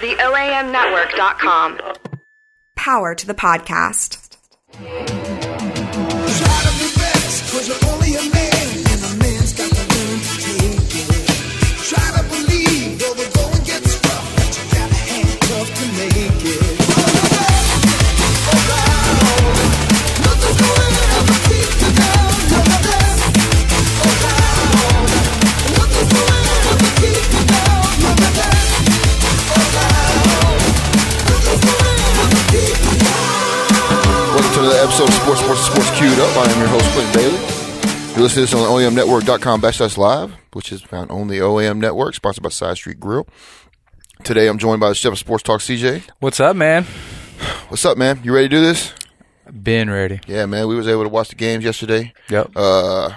The OAMnetwork.com. Power to the podcast. Try to be best, cause you're only a man, and a man's got to learn to take it. Try to believe, though the going gets rough, that you gotta hang tough to make it. Nothing's going up, but keep the down, never less. Oh, wow. Nothing's going up, but keep the down, never less. Oh, wow. Nothing's going up, but keep the down. Welcome to another episode of Sports Sports Sports Queued Up. I am your host, Clint Bailey. You're listening to this on OAMnetwork.com backslash live, which is found on the OAM Network, sponsored by Side Street Grill. Today I'm joined by the chef of Sports Talk, CJ. What's up, man? What's up, man? You ready to do this? Been ready. Yeah, man. We was able to watch the games yesterday. Yep. Uh,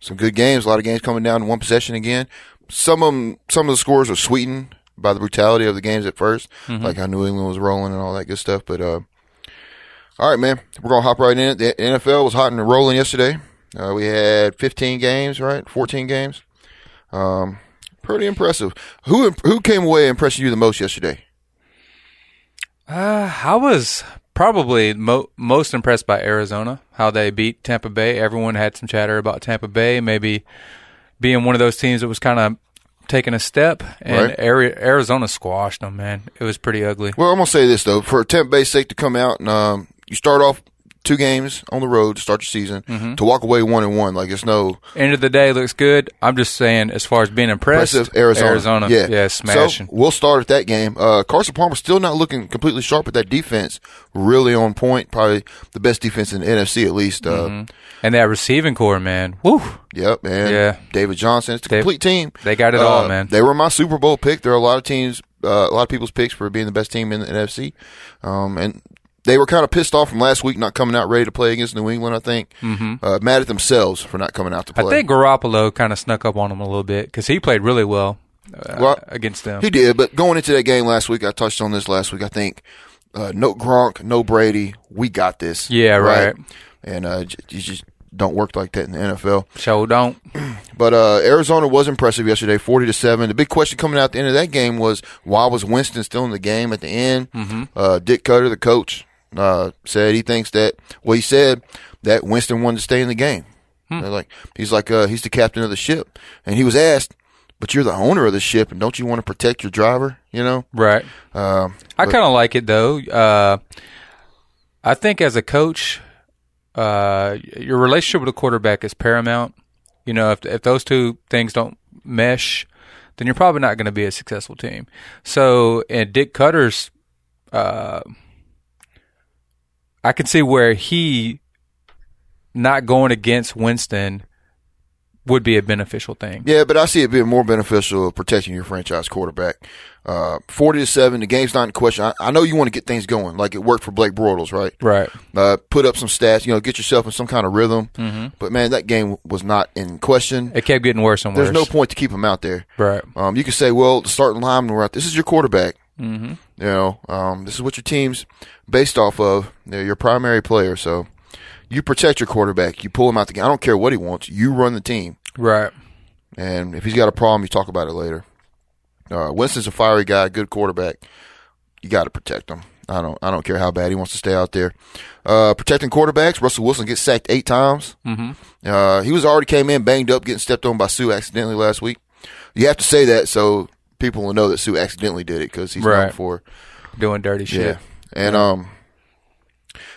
some good games. A lot of games coming down in one possession again. Some of 'em- some of the scores were sweetened by the brutality of the games at 1st like how New England was rolling and all that good stuff. But uh, all right, man, we're gonna hop right in. it. The NFL was hot and rolling yesterday. Uh, we had 15 games, right? 14 games. Um, pretty impressive. Who who came away impressing you the most yesterday? Uh, I was probably mo- most impressed by Arizona, how they beat Tampa Bay. Everyone had some chatter about Tampa Bay, maybe being one of those teams that was kind of taking a step, and Right. Ari- Arizona squashed them, man. It was pretty ugly. Well, I'm gonna say this though, for Tampa Bay's sake to come out and um, you start off two games on the road to start your season to walk away one and one, like it's no End of the day, looks good. I'm just saying, as far as being impressed, impressive Arizona. Arizona, yeah, smashing. So we'll start at that game. Uh, Carson Palmer still not looking completely sharp, but that defense really on point. Probably the best defense in the NFC at least. Uh, and that receiving core, man, woo, Yep, and Mm-hmm. Yeah. David Johnson. It's a They- complete team. they got it Uh, all, man. They were my Super Bowl pick. There are a lot of teams, uh, a lot of people's picks for being the best team in the NFC, um, and they were kind of pissed off from last week not coming out ready to play against New England. I think mm-hmm. uh, mad at themselves for not coming out to play. I think Garoppolo kind of snuck up on him a little bit because he played really well uh, Well, against them. He did, but going into that game last week, I touched on this last week. I think uh, no Gronk, no Brady, we got this. Yeah, right. And uh, j- you just don't work like that in the NFL. Show don't. But uh, Arizona was impressive yesterday, forty to seven. The big question coming out at the end of that game was why was Winston still in the game at the end? Mm-hmm. Uh, Dick Cutter, the coach, uh, said he thinks that. Well, he said that Winston wanted to stay in the game. They're Like he's like uh, he's the captain of the ship, and he was asked, "But you're the owner of the ship, and don't you want to protect your driver?" You know. Right. Um, I kind of like it though. Uh, I think as a coach, uh, your relationship with a quarterback is paramount. You know, if if those two things don't mesh, then you're probably not going to be a successful team. So, and Dick Cutter's, uh, I can see where he not going against Winston would be a beneficial thing. Yeah, but I see it being more beneficial of protecting your franchise quarterback. Uh, Forty to seven, the game's not in question. I, I know you want to get things going, like it worked for Blake Bortles, right? Right. Uh, put up some stats, you know, get yourself in some kind of rhythm. Mm-hmm. But man, that game was not in question. It kept getting worse and There's worse. no point to keep him out there. Right. Um, you could say, well, the starting line were out. This is your quarterback. Mm-hmm. You know, um, this is what your team's based off of. They're your primary player, so you protect your quarterback. You pull him out the game. I don't care what he wants. You run the team. Right. And if he's got a problem, you talk about it later. Uh, Winston's a fiery guy, good quarterback. You got to protect him. I don't. I don't care how bad he wants to stay out there. Uh, protecting quarterbacks. Russell Wilson gets sacked eight times. Mm-hmm. Uh, he was already came in banged up, getting stepped on by Sue accidentally last week. You have to say that so people will know that Sue accidentally did it because he's known Right. for Doing dirty shit. yeah. And um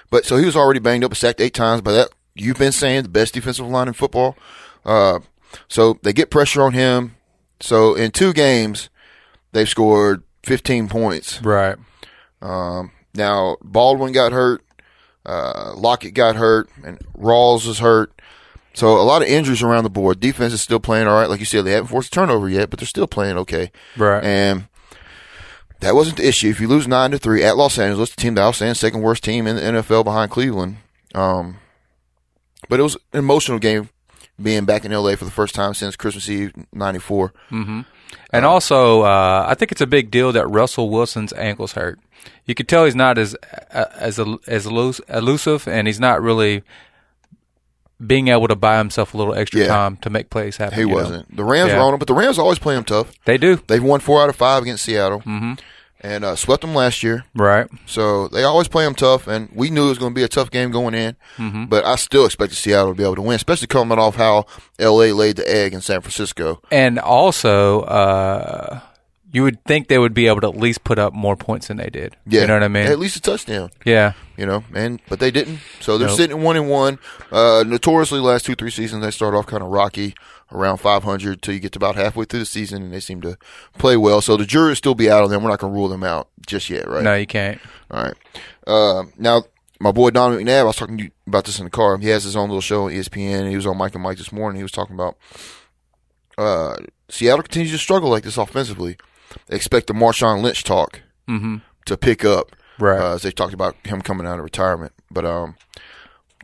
but so he was already banged up and sacked eight times by that you've been saying the best defensive line in football. Uh so they get pressure on him. So in two games they've scored 15 points. Right. Now Baldwin got hurt, uh Lockett got hurt and Rawls was hurt. So a lot of injuries around the board. Defense is still playing all right. Like you said, they haven't forced a turnover yet, but they're still playing okay. Right. And that wasn't the issue. If you lose nine to three at Los Angeles, the team that I was saying second worst team in the NFL behind Cleveland. Um, but it was an emotional game being back in LA for the first time since Christmas Eve '94. And um, also, uh, I think it's a big deal that Russell Wilson's ankles hurt. You could tell he's not as uh, as el- as elus- elusive, and he's not really being able to buy himself a little extra Yeah. time to make plays happen. He you know? wasn't. The Rams Yeah. were on him, but the Rams always play him tough. They do They've won four out of five against Seattle, mm-hmm. and uh, swept them last year. right. So they always play them tough, and we knew it was going to be a tough game going in. But I still expected Seattle to be able to win, especially coming off how L.A. laid the egg in San Francisco. And also, uh, you would think they would be able to at least put up more points than they did. Yeah, You know what I mean? At least a touchdown, yeah. you know. And but they didn't, so they're Nope. sitting one and one. Uh, notoriously, last two three seasons they start off kind of rocky, around 500 till you get to about halfway through the season, and they seem to play well. So the jury will still be out on them. We're not going to rule them out just yet, right? No, you can't. All right. Uh, now, my boy Don McNabb, I was talking to you about this in the car. He has his own little show on E ESPN. and He was on Mike and Mike this morning. He was talking about uh, Seattle continues to struggle like this offensively. They expect the Marshawn Lynch talk Mm-hmm. to pick up. Right. Uh, as they talked about him coming out of retirement. But um,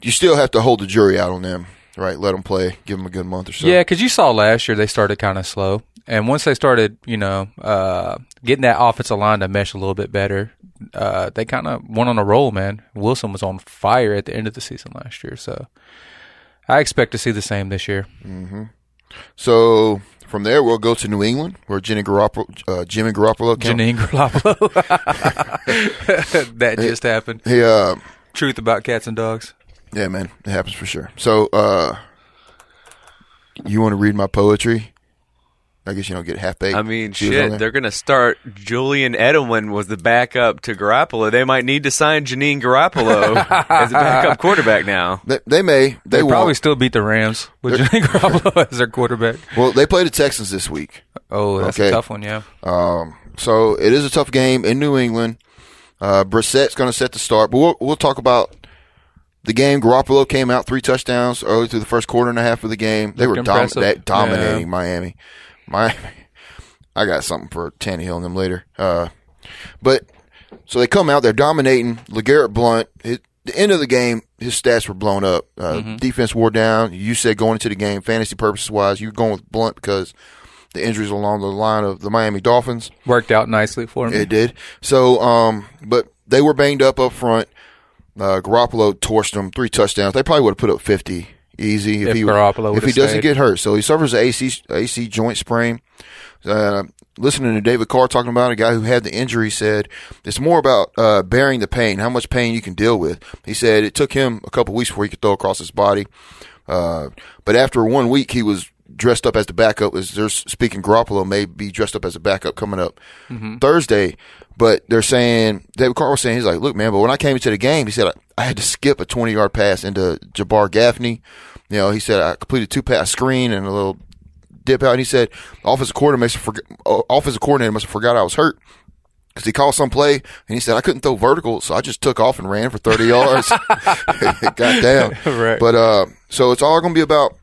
you still have to hold the jury out on them, right? Let them play. Give them a good month or so. Yeah, because you saw last year they started kind of slow, and once they started, you know, uh, getting that offensive line to mesh a little bit better, uh, they kind of went on a roll. Man, Wilson was on fire at the end of the season last year, so I expect to see the same this year. So from there, we'll go to New England, where Jimmy Garoppolo, uh, Jimmy Garoppolo came. Janine Garoppolo, that just happened. He, uh, Truth about cats and dogs. Yeah, man, it happens for sure. So, uh, you want to read my poetry? I guess you don't get half baked. I mean, shit, they're going to start. Julian Edelman was the backup to Garoppolo. They might need to sign Janine Garoppolo as a backup quarterback now. they, they may, they, They won't. probably still beat the Rams with Janine Garoppolo as their quarterback. Well, they play the Texans this week, Oh, that's Okay. a tough one. Yeah, so it is a tough game in New England. Uh, Brissett's going to set the start, but we'll, we'll talk about the game. Garoppolo came out three touchdowns early through the first quarter and a half of the game. They were Looked dom- impressive. that dominating Yeah. Miami. Miami. I got something for Tannehill and them later. Uh, but so they come out, they're dominating. Legarrette Blunt, his, the end of the game, his stats were blown up. Uh, Mm-hmm. Defense wore down. You said going into the game, fantasy purposes wise, you're going with Blunt because the injuries along the line of the Miami Dolphins. worked out nicely for me. It did. So, um, but they were banged up up front. Uh, Garoppolo torched them three touchdowns. They probably would have put up fifty easy if, If he Garoppolo if he would've doesn't stayed. get hurt. So he suffers an AC AC joint sprain. Uh, listening to David Carr talking about a guy who had the injury said it's more about uh, bearing the pain, how much pain you can deal with. He said it took him a couple weeks before he could throw across his body. Uh, but after one week, he was dressed up as the backup. As they're speaking, Garoppolo may be dressed up as a backup coming up Thursday. But they're saying David Carr was saying he's like, look, man. But when I came into the game, he said I, I had to skip a twenty yard pass into Jabbar Gaffney. You know, he said I completed two pass screen and a little dip out. And he said offensive coordinator must have forg- uh, offensive coordinator must have forgot I was hurt. Cause he called some play and he said I couldn't throw vertical, so I just took off and ran for thirty yards. Got down, Right. But uh, so it's all going to be about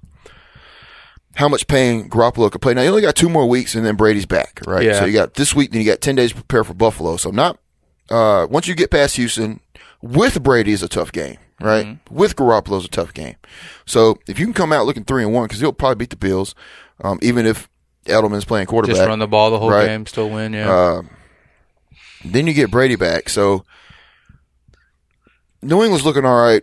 how much pain Garoppolo could play. Now you only got two more weeks, and then Brady's back, right? Yeah. So you got this week, then you got ten days to prepare for Buffalo. So not uh, once you get past Houston with Brady is a tough game, right? Mm-hmm. With Garoppolo is a tough game. So if you can come out looking three and one, because he'll probably beat the Bills, um, even if Edelman's playing quarterback. Just run the ball the whole Right. Uh, game, still win. Yeah. Then you get Brady back. So New England's looking all right.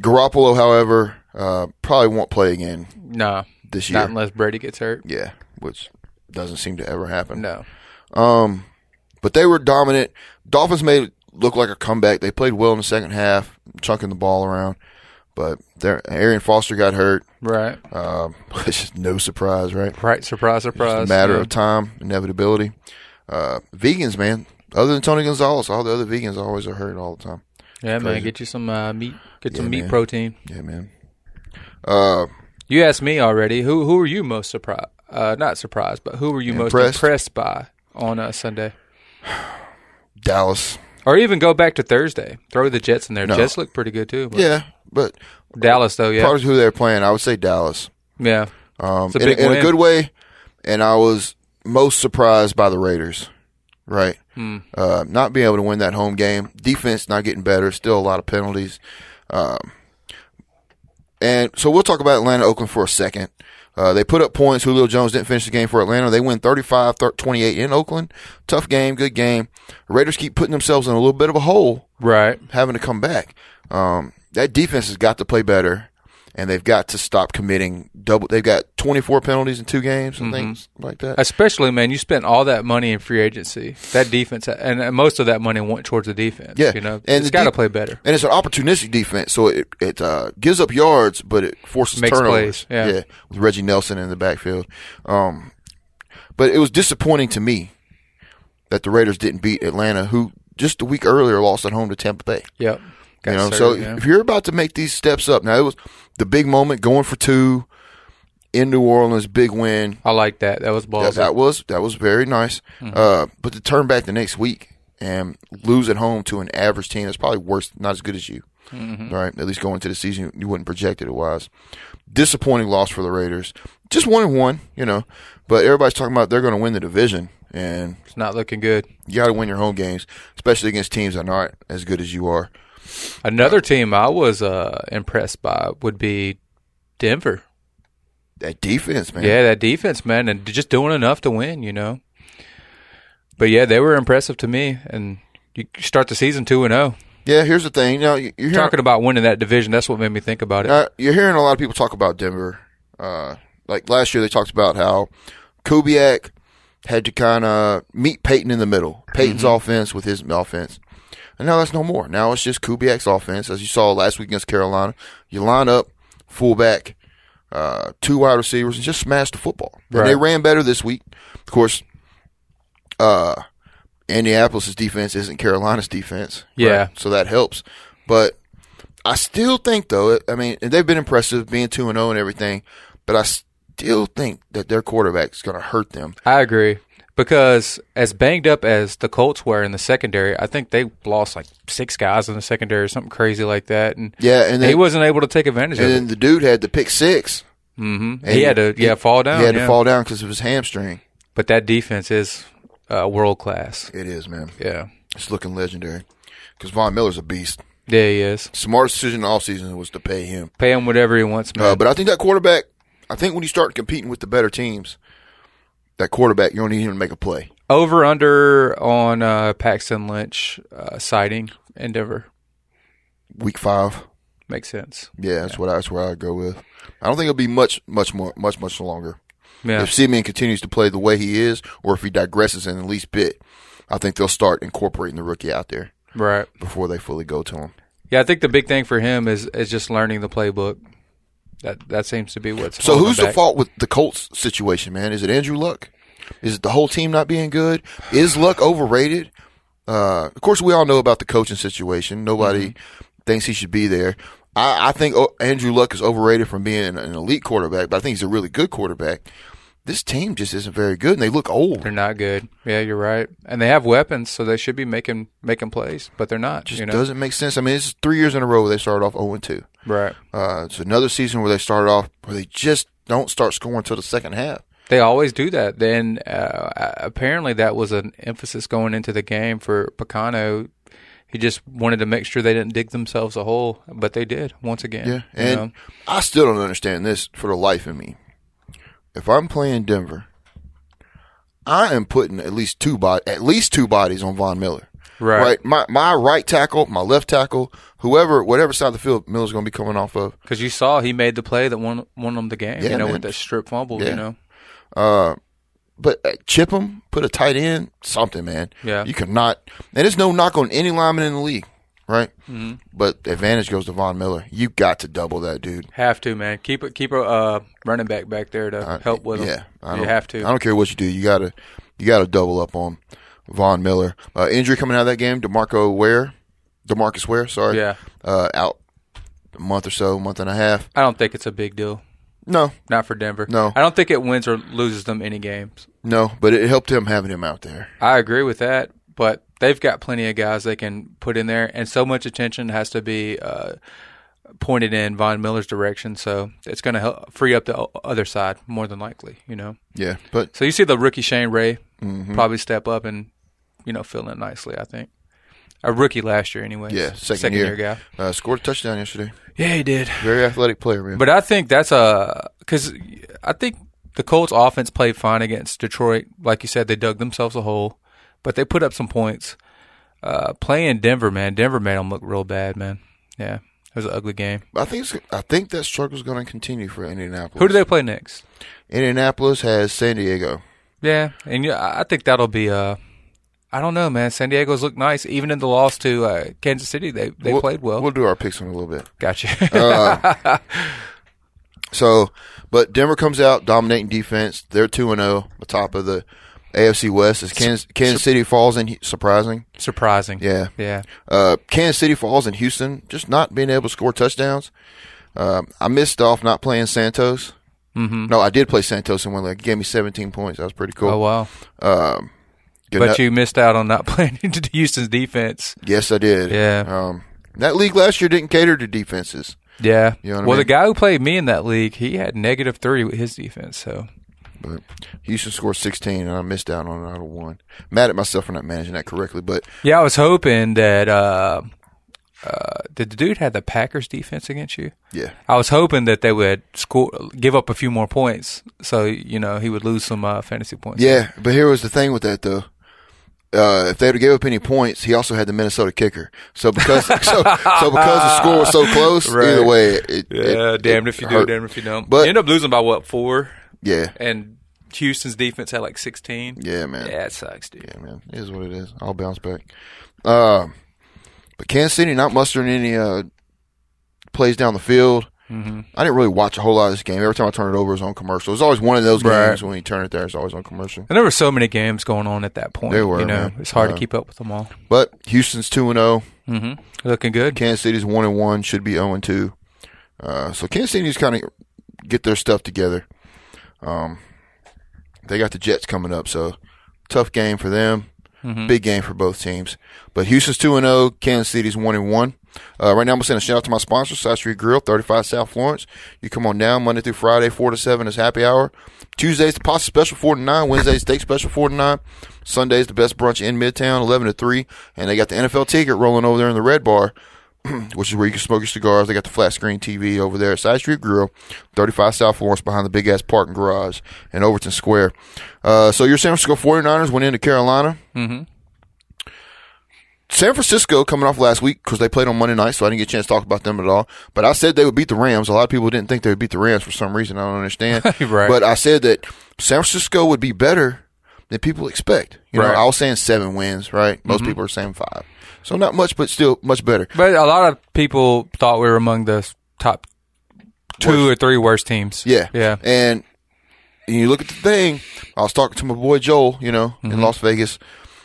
Garoppolo, however, uh, probably won't play again No, this year. not unless Brady gets hurt. Yeah, which doesn't seem to ever happen. No, But they were dominant. Dolphins made it look like a comeback. They played well in the second half, chunking the ball around. But their Arian Foster got hurt, right, um, which is no surprise, right? right. Surprise, surprise. It's a matter Yeah. of time, inevitability. Uh, vegans, man. Other than Tony Gonzalez, all the other vegans always are hurt all the time. yeah, man. crazy. Get you some uh, meat. Get some meat man. protein. Yeah, man. Uh, You asked me already. Who who were you most surprised? Uh, not surprised, but who were you most Impressed? impressed by on uh, Sunday? Dallas. Or even go back to Thursday. Throw the Jets in there. No. Jets look pretty good too. but- Yeah, but Dallas though. Yeah, part of who they're playing, I would say Dallas. yeah. Um, It's a in, big in win. a good way. And I was most surprised by the Raiders, right? Hmm. Uh, not being able to win that home game. Defense not getting better. Still a lot of penalties. Um, and so we'll talk about Atlanta, Oakland for a second. Uh, they put up points. Julio Jones didn't finish the game for Atlanta. They win 35 thir- 28 in Oakland. Tough game, good game. Raiders keep putting themselves in a little bit of a hole Right. having to come back. Um, that defense has got to play better. and they've got to stop committing double. They've got 24 penalties in two games and Mm-hmm. things like that. Especially, man, you spent all that money in free agency. That defense, and and most of that money went towards the defense. Yeah, you know, and it's the got to de- play better. And it's an opportunistic defense, so it it uh, gives up yards, but it forces Makes turnovers. plays, yeah. with Reggie Nelson in the backfield. Um, but it was disappointing to me that the Raiders didn't beat Atlanta, who just a week earlier lost at home to Tampa Bay. Yep. Got you know, served, so yeah. if you're about to make these steps up, now it was the big moment, going for two in New Orleans, big win. I like that. That was That, ballsy. that was that was very nice. Mm-hmm. Uh, but to turn back the next week and lose at home to an average team that's probably worse, not as good as you, Mm-hmm. right? At least going into the season, you wouldn't project it wise. Disappointing loss for the Raiders. Just one and one, you know. But everybody's talking about they're going to win the division, and It's not looking good. you got to win your home games, especially against teams that are not as good as you are. Another team I was uh, impressed by would be Denver. That defense, man. Yeah, that defense, man, and just doing enough to win, you know. But yeah, they were impressive to me, and you start the season two and zero. Yeah, here's the thing. Now you- you're hearing, Talking about winning that division, that's what made me think about it. now, you're hearing a lot of people talk about Denver. Uh, like last year, they talked about how Kubiak had to kind of meet Peyton in the middle, Peyton's Mm-hmm. offense with his offense. And now that's no more. Now it's just Kubiak's offense, as you saw last week against Carolina. You line up, fullback, uh, two wide receivers, and just smash the football. And they Right. ran better this week. Of course, uh, Indianapolis' defense isn't Carolina's defense. Yeah. So that helps. But I still think, though, I mean, and they've been impressive being 2 and 0 and everything, but I still think that their quarterback is going to hurt them. I agree because as banged up as the Colts were in the secondary, I think they lost like six guys in the secondary or something crazy like that, and Yeah, and then- he wasn't able to take advantage And of then the dude had to pick six. it. He had to yeah fall down. He had Oh, yeah. to fall down because of his hamstring. But that defense is uh, world class. It is, man. Yeah, It's looking legendary. Because Von Miller's a beast. there he is. Smartest decision all season was to pay him. Pay him whatever he wants, man. Uh, but I think that quarterback, I think when you start competing with the better teams, that quarterback, you don't need him to make a play. Over under on uh, Paxton Lynch uh, sighting Endeavor Week five. makes sense. Yeah, that's what I, that's where I go with. I don't think it'll be much, much more, much, much longer. Yeah, If Simeon continues to play the way he is, or if he digresses in the least bit, I think they'll start incorporating the rookie out there right. before they fully go to him. Yeah, I think the big thing for him is is just learning the playbook. That that seems to be what's So holding who's him the back. fault with the Colts situation, man? Is it Andrew Luck? Is it the whole team not being good? Is Luck overrated? Uh, of course, we all know about the coaching situation. Nobody Mm-hmm. thinks he should be there. I, I think oh, Andrew Luck is overrated from being an elite quarterback, but I think he's a really good quarterback. This team just isn't very good, and they look old. They're not good. Yeah, you're right. And they have weapons, so they should be making making plays, but they're not. Just you know, doesn't make sense. I mean, it's three years in a row where they started off zero two. right? Uh, it's another season where they started off where they just don't start scoring until the second half. They always do that. Then uh, apparently that was an emphasis going into the game for Picano. He just wanted to make sure they didn't dig themselves a hole, but they did once again. Yeah, you and know? I still don't understand this for the life of me. If I'm playing Denver, I am putting at least two body, at least two bodies on Von Miller. Right. My my right tackle, my left tackle, whoever, whatever side of the field Miller's going to be coming off of. Because you saw he made the play that won won them the game. Yeah, you know, man. with that strip fumble. Yeah. You know, But uh, chip him, put a tight end, something, man. Yeah. You cannot. And there's no knock on any lineman in the league, right? Mm-hmm. But the advantage goes to Von Miller. You got to double that dude. have to man keep it keep a uh, running back back there to help with Uh, yeah, him. I you don't- have I to. don't care what you do. You gotta, you gotta double up on Von Miller. Uh, injury coming out of that game, Demarco Ware, Demarcus Ware. Sorry, Yeah. uh, out a month or so, month and a half. I don't think it's a big deal. No, Not for Denver. No. I don't think it wins or loses them any games. no, but it helped him having him out there. I agree with that, but they've got plenty of guys they can put in there, and so much attention has to be uh, pointed in Von Miller's direction. So it's going to help free up the o- other side more than likely. You know. Yeah, but So you see the rookie Shane Ray Mm-hmm. probably step up and you know fill in nicely. I think a rookie last year anyway. yeah, second, year. year, guy. Uh, scored a touchdown yesterday. Yeah, he did. Very athletic player, man. But I think that's a because I think the Colts offense played fine against Detroit. Like you said, they dug themselves a hole, but they put up some points. Uh, playing Denver, man, Denver made them look real bad, man. Yeah, It was an ugly game. I think it's, I think that struggle's going to continue for Indianapolis. Who do they play next? Indianapolis has San Diego. Yeah, and yeah, I I think that'll be. Uh, I don't know, man. San Diego's looked nice, even in the loss to uh, Kansas City. They they We'll- played well. We'll uh, do our picks in a little bit. gotcha. So, but Denver comes out dominating defense. They're two and zero, atop of the AFC West. Is Kansas, Kansas City falls in surprising? Surprising. Yeah, Yeah. Uh, Kansas City falls in Houston, just not being able to score touchdowns. Um, I missed off not playing Santos. Mm-hmm. No, I did play Santos in one leg. He gave me 17 points. That was pretty cool. Oh wow. Good But night- you missed out on not playing into Houston's defense. yes, I did. Yeah. Um, that league last year didn't cater to defenses. Yeah. You know what I well, the mean? guy who played me in that league, he had negative three with his defense. So But Houston scored 16, and I missed out on another one. Mad at myself for not managing that correctly, but yeah, I was hoping that. Uh, uh, did the dude have the Packers defense against you? yeah. I was hoping that they would score, give up a few more points, so you know he would lose some uh, fantasy points. Yeah, but here was the thing with that though. Uh, if they would have gave up any points, he also had the Minnesota kicker. So because so, so because the score was so close, either Right. way, it, Yeah, it- damned it if you hurt. do, damned if you don't. But- But end up losing by what four? Yeah, And Houston's defense had like sixteen. yeah, man, Yeah, it sucks, dude. yeah, man. It is what it is. I'll bounce back. Um, but Kansas City not mustering any uh, plays down the field. Mm-hmm. I didn't really watch a whole lot of this game. Every time I turn it over, it was on commercial. It's always one of those Right. games when you turn it there, it's always on commercial. And there were so many games going on at that point. There were, you know, man. it's hard Uh, to keep up with them all. But Houston's two and oh. zero. Looking good. Kansas City's one and one, should be zero and two. Uh, so Kansas City needs kind of get their stuff together. Um, they got the Jets coming up, so tough game for them. Big game for both teams. But Houston's two and zero, Kansas City's one and one. Uh, right now, I'm gonna send a shout out to my sponsor, Side Street Grill, 35 South Florence. You come on down Monday through Friday, four to seven is happy hour. Tuesdays the pasta special, four to nine. Wednesdays steak special, four to nine. Sundays the best brunch in Midtown, eleven to three. And they got the NFL ticket rolling over there in the red bar which is where you can smoke your cigars. They got the flat screen TV over there at Side Street Grill, 35 South Florence behind the big ass parking garage in Overton Square. Uh, so your San Francisco 49ers went into Carolina. Mm-hmm. San Francisco coming off last week because they played on Monday night, so I didn't get a chance to talk about them at all. But I said they would beat the Rams. A lot of people didn't think they would beat the Rams for some reason. I don't understand. Right. But I said that San Francisco would be better than people expect. You know, Right. Mm-hmm. I was saying seven wins, right? Most people are saying five. So not much, but still much better. But a lot of people thought we were among the s- top two or three worst teams. Yeah. Yeah. And you look at the thing, I was talking to my boy Joel, you know, in Mm-hmm. Las Vegas,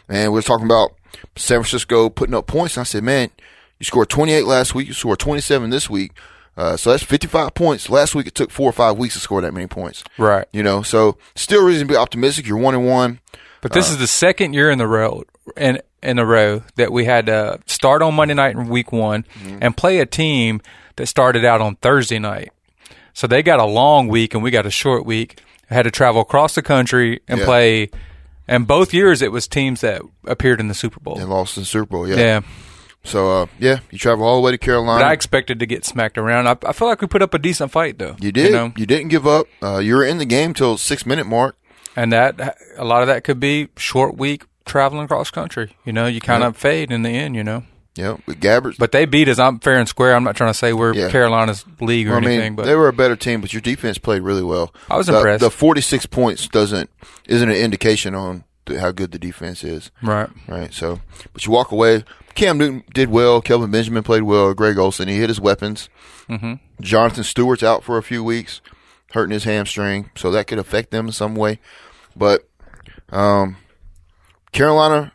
and we were talking about San Francisco putting up points. And I said, man, you scored 28 last week, you scored 27 this week. Uh, so that's 55 points. Last week it took four or five weeks to score that many points. Right. You know, so still reason to be optimistic. You're one and one. But Uh. this is the second year in the row in in a row that we had to start on Monday night in week one Mm-hmm. and play a team that started out on Thursday night. So they got a long week and we got a short week. Had to travel across the country and Yeah. play and both years it was teams that appeared in the Super Bowl. and lost in the Super Bowl. Yeah. Yeah. So, uh, yeah, you travel all the way to Carolina. But I expected to get smacked around. I, I feel like we put up a decent fight though. you did. You, didn't give up. Uh, you were in the game till six minute mark. and that a lot of that could be short week traveling across country. You know, you kind of fade in the end, you know. Yep. With Gabbert. But they beat us. I'm fair and square. I'm not trying to say we're Yeah. Carolina's league or I mean, anything, but they were a better team, but your defense played really well. I was the, impressed. The forty-six points doesn't isn't an indication on th- how good the defense is, right. right? So, but you walk away. Cam Newton did well. Kelvin Benjamin played well. Greg Olson he hit his weapons. Mm-hmm. Jonathan Stewart's out for a few weeks, hurting his hamstring, so that could affect them in some way. But um, Carolina,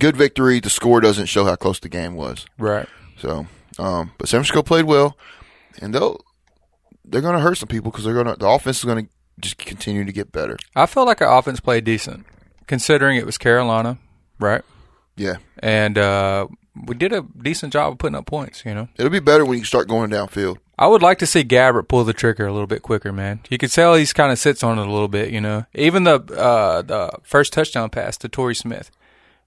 good victory. The score doesn't show how close the game was. Right. So, um, but San Francisco played well, and they'll they're going to hurt some people because they're going to the offense is going to just continue to get better. I felt like our offense played decent considering it was Carolina, right? Yeah, And uh, we did a decent job of putting up points, you know. it'll be better when you start going downfield. I would like to see Gabbert pull the trigger a little bit quicker, man. You could tell he's kind of sits on it a little bit, you know. Even the uh, the first touchdown pass to Torrey Smith,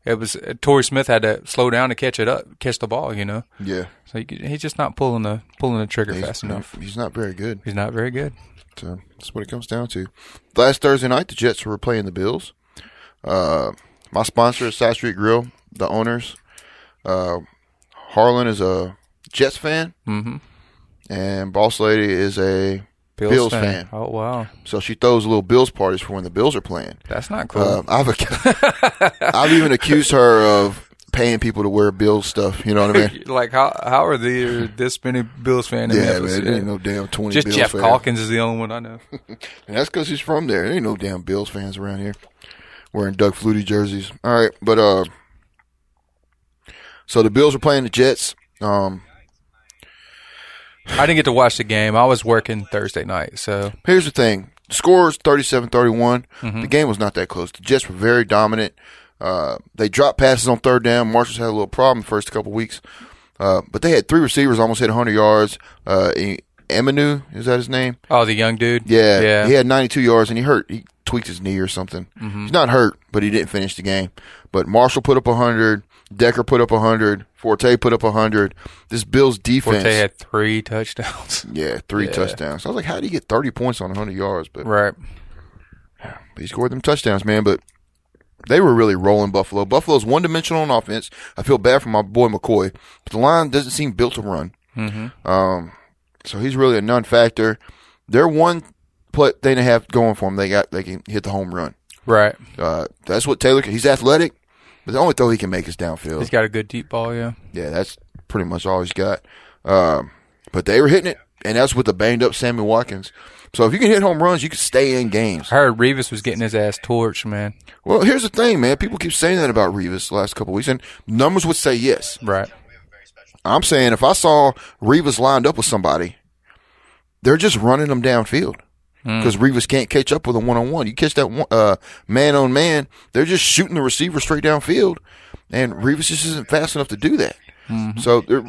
it was uh, Torrey Smith had to slow down to catch it up, catch the ball, you know. Yeah, So he, could- he's just not pulling the pulling the trigger he's, fast enough. He's not very good. He's not very good. So that's what it comes down to. Last Thursday night, the Jets were playing the Bills. Uh, my sponsor is Side Street Grill. The owners, uh, Harlan is a Jets fan, Mhm. and Boss Lady is a Bills, fan. Oh wow, So she throws little Bills parties for when the Bills are playing. that's not cool. Um, I've ac- I've even accused her of paying people to wear Bills stuff. You know what I mean? like how how are there this many Bills fan in Yeah, man. Memphis? It ain't no damn twenty. Just Bills Jeff fans. Calkins is the only one I know. And that's because he's from there. There ain't no damn Bills fans around here wearing Doug Flutie jerseys. All right, but uh, so the Bills are playing the Jets. Um, I didn't get to watch the game. I was working Thursday night, so here's the thing: the score is 37-31. The game was not that close. The Jets were very dominant. Uh, they dropped passes on third down. Marshall's had a little problem the first couple weeks, uh, but they had three receivers almost hit 100 yards. Uh, E- Eminu is that his name? oh, the young dude. Yeah, yeah. He had 92 yards and he hurt. He tweaked his knee or something. He's not hurt, but he didn't finish the game. But Marshall put up 100. Decker put up 100. Forte put up 100. This Bills defense. Forte had three touchdowns. yeah, three touchdowns. I was like, how did he get 30 points on 100 yards? But right. he scored them touchdowns, man. But they were really rolling Buffalo. Buffalo's one dimensional on offense. I feel bad for my boy McCoy, but the line doesn't seem built to run. Um, so he's really a non factor. Their one play, thing they have going for them, they got they can hit the home run. Right. Uh, that's what Taylor. can- He's athletic, but the only throw he can make is downfield. He's got a good deep ball, yeah. yeah, that's pretty much all he's got. Um, but they were hitting it, and that's with the banged up Sammy Watkins. So if you can hit home runs, you can stay in games. I heard Revis was getting his ass torched, man. Well, here's the thing, man. People keep saying that about Revis the last couple weeks, and numbers would say yes. Right. I'm saying if I saw Revis lined up with somebody, they're just running them downfield Hmm. because Revis can't catch up with a one on one. You catch that one, uh, man on man, they're just shooting the receiver straight downfield, and Revis just isn't fast enough to do that. So they're,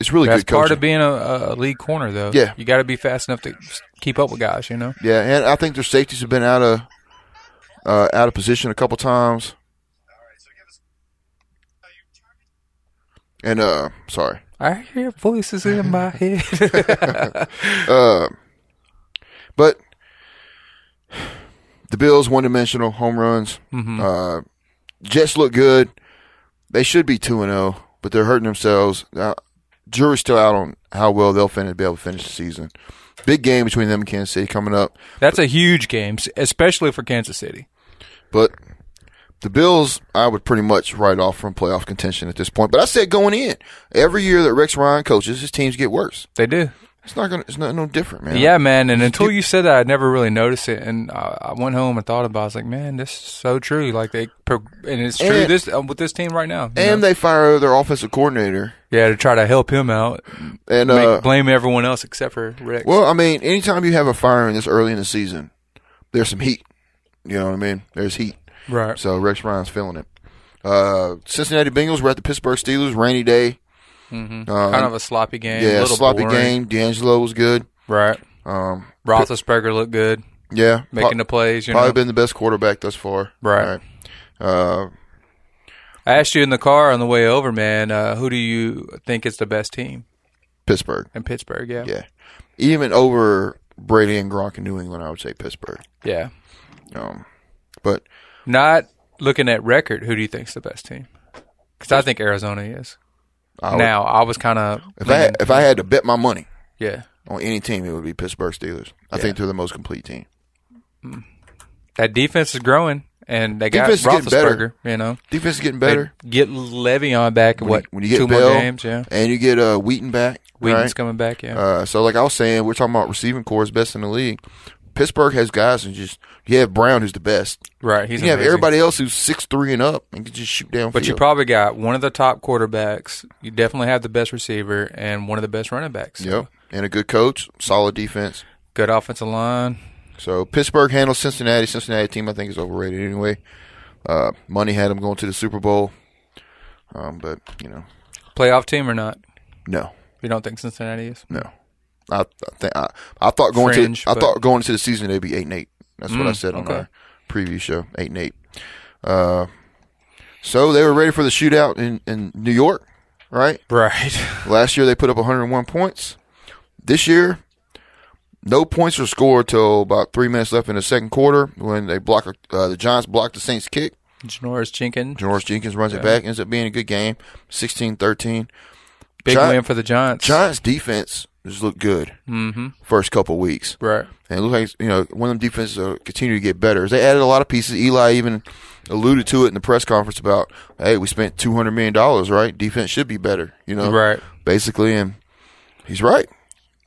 it's really Hmm. That's good coaching. part of being a, a lead corner, though. Yeah. You got to be fast enough to keep up with guys, you know? yeah, and I think their safeties have been out of uh, out of position a couple times. And uh, sorry. I hear voices in my head. But the Bills one dimensional home runs. Uh, Jets look good. They should be two and zero, but they're hurting themselves. Uh, jury's still out on how well they'll finish, be able to finish the season. Big game between them and Kansas City coming up, That's a huge game, s- especially for Kansas City. but the Bills I would pretty much write off from playoff contention at this point. But I said going in, every year that Rex Ryan coaches, his teams get worse. They do. It's not gonna. It's not no different, man. Yeah, man. And until you said that, I never really noticed it. And I, I went home and thought about. it. I was like, man, this is so true. Like they, pro- and it's true. And- this uh, with this team right now. you And know? they fire their offensive coordinator, yeah, to try to help him out, and make, uh, blame everyone else except for Rex. Well, I mean, anytime you have a firing this early in the season, there's some heat. You know what I mean? There's heat. right. So Rex Ryan's feeling it. Uh, Cincinnati Bengals were at the Pittsburgh Steelers. Rainy day. kind of a sloppy game. a uh, Yeah, little sloppy boring. game. D'Angelo was good. Right. Um, Roethlisberger looked good, yeah, making pro- the plays. You probably know, been the best quarterback thus far. Right. All right. Uh, I asked you in the car on the way over, man. Uh, who do you think is the best team Pittsburgh. in Pittsburgh? Yeah, Yeah, even over Brady and Gronk in New England, I would say Pittsburgh. Yeah. Um, but Not looking at record. Who do you think's the best team? Because I think Arizona is. I would- now I was kind of if I had, if I had to bet my money, yeah. on any team, it would be Pittsburgh Steelers. I think they're the most complete team. That defense is growing, and they got Defense is getting Roethlisberger. better. You know, Defense is getting They better. get Le'Veon back. When what you, when you get two Bell more games? Yeah, and you get uh, Wheaton back, Wheaton's right? coming back. Yeah, Uh, so like I was saying, we're talking about receiving core is best in the league. Pittsburgh has guys and just you have Brown who's the best. right. He's you have amazing. everybody else who's six three and up and can just shoot down. But you probably got one of the top quarterbacks. You definitely have the best receiver and one of the best running backs. yep, and a good coach, solid defense. Good offensive line. So Pittsburgh handles Cincinnati. Cincinnati team I think is overrated anyway. Uh, money had them going to the Super Bowl, um, but you know, Playoff team or not? no, You don't think Cincinnati is? No, I I, think, I, I thought going Fringe, to I but- Mm, thought going into the season they'd be eight and eight. That's what I said on okay. our preview show, eight and eight. Uh, so they were ready for the shootout in in New York, right? Right. Last year they put up 101 points. This year, no points were scored till about three minutes left in the second quarter when they block a- uh, the Giants blocked the Saints kick. Janoris Jenkins. Janoris Jenkins runs it back. Ends up being a good game, 16-13. Big Gi- win for the Giants. Giants defense just looked good hmm first couple weeks. Right. And it looked like you know one of them defenses uh, continue to get better. They added a lot of pieces. Eli even alluded to it in the press conference about, hey, we spent two hundred million dollars, right? Defense should be better, you know, Right. Basically, and he's right.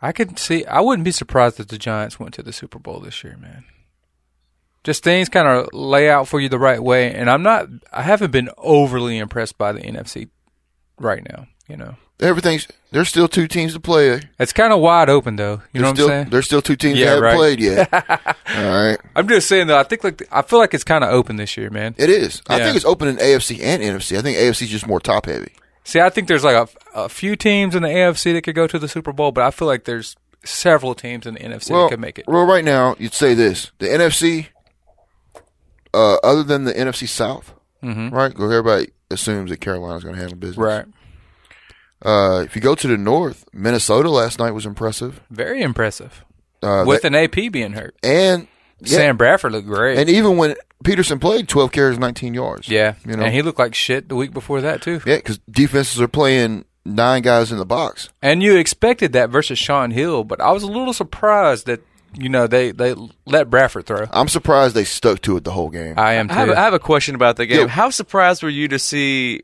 I could see. I wouldn't be surprised if the Giants went to the Super Bowl this year, man. Just things kind of lay out for you the right way, and I'm not. I haven't been overly impressed by the NFC right now. You know, Everything's there's still two teams to play. You it's kind of wide open though. You know what still, I'm saying? There's still two teams Yeah, that haven't right. played yet. All right, I'm just saying though. I think like I feel like it's kind of open this year, man. it is. I Yeah. think it's open in AFC and NFC. I think AFC is just more top heavy. See, I think there's like a, a few teams in the AFC that could go to the Super Bowl, but I feel like there's several teams in the NFC that could make it. Well, right now you'd say this: the NFC, uh, other than the NFC South, right? 'Cause everybody assumes that Carolina's going to handle business. Mm-hmm. Right. Uh, if you go to the North, Minnesota last night was impressive. Very impressive. Uh, With they- an AP being hurt, and yeah, Sam Bradford looked great. and even when Peterson played, twelve carries, nineteen yards. Yeah, you know, and he looked like shit the week before that too. yeah, because defenses are playing nine guys in the box. And you expected that versus Sean Hill, but I was a little surprised that you know they they let Bradford throw. I'm surprised they stuck to it the whole game. I am too. I have, I have a question about the game. Yeah. How surprised were you to see?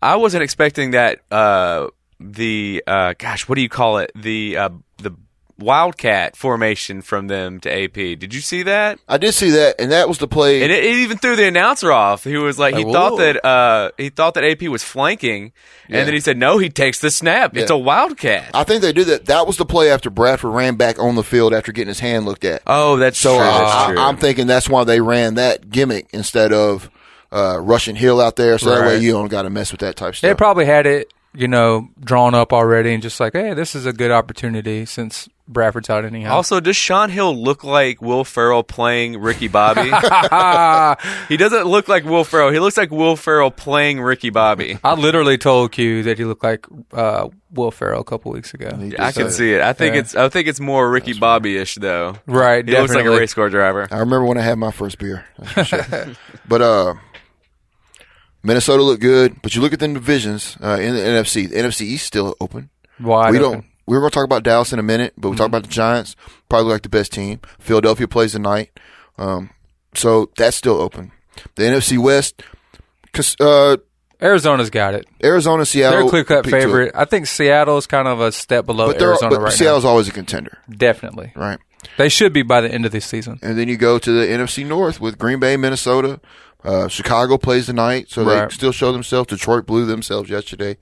I wasn't expecting that. Uh, the uh, gosh, what do you call it? The uh, the wildcat formation from them to AP. Did you see that? I did see that, and that was the play. And it, it even threw the announcer off. He was like, he Like, thought whoa. that uh, he thought that AP was flanking, Yeah. and then he said, no, he takes the snap. It's Yeah. a wildcat. I think they did that. That was the play after Bradford ran back on the field after getting his hand looked at. oh, that's So true. uh, that's I, true. I'm thinking that's why they ran that gimmick instead of uh, rushing Hill out there, so that way Right. you don't got to mess with that type they stuff. probably had it you know drawn up already and just like, hey, this is a good opportunity since Bradford's out anyhow. also, does Sean Hill look like Will Ferrell playing Ricky Bobby? he doesn't look like Will Ferrell. He looks like Will Ferrell playing Ricky Bobby. I literally told Q that he looked like uh, Will Ferrell a couple weeks ago. I can see it. I think Yeah. it's. I think it's more Ricky Bobby-ish though. Right, He looks like a definitely. race car driver. I remember when I had my first beer. That's for sure. but uh, Minnesota looked good. But you look at them divisions uh, in the NFC. The NFC East still open. Wide we open. don't. We were going to talk about Dallas in a minute, but we Mm-hmm. talked about the Giants. Probably look like the best team. Philadelphia plays tonight, um, so that's still open. The NFC West, 'cause, uh, Arizona's got it. Arizona, Seattle, They're a clear cut pick two. favorite. I think Seattle's kind of a step below But, they're, Arizona but right Seattle's always a contender, now. Definitely, right? they should be by the end of this season. And then you go to the NFC North with Green Bay, Minnesota. Uh, Chicago plays tonight, so Right. they still show themselves. Detroit blew themselves yesterday.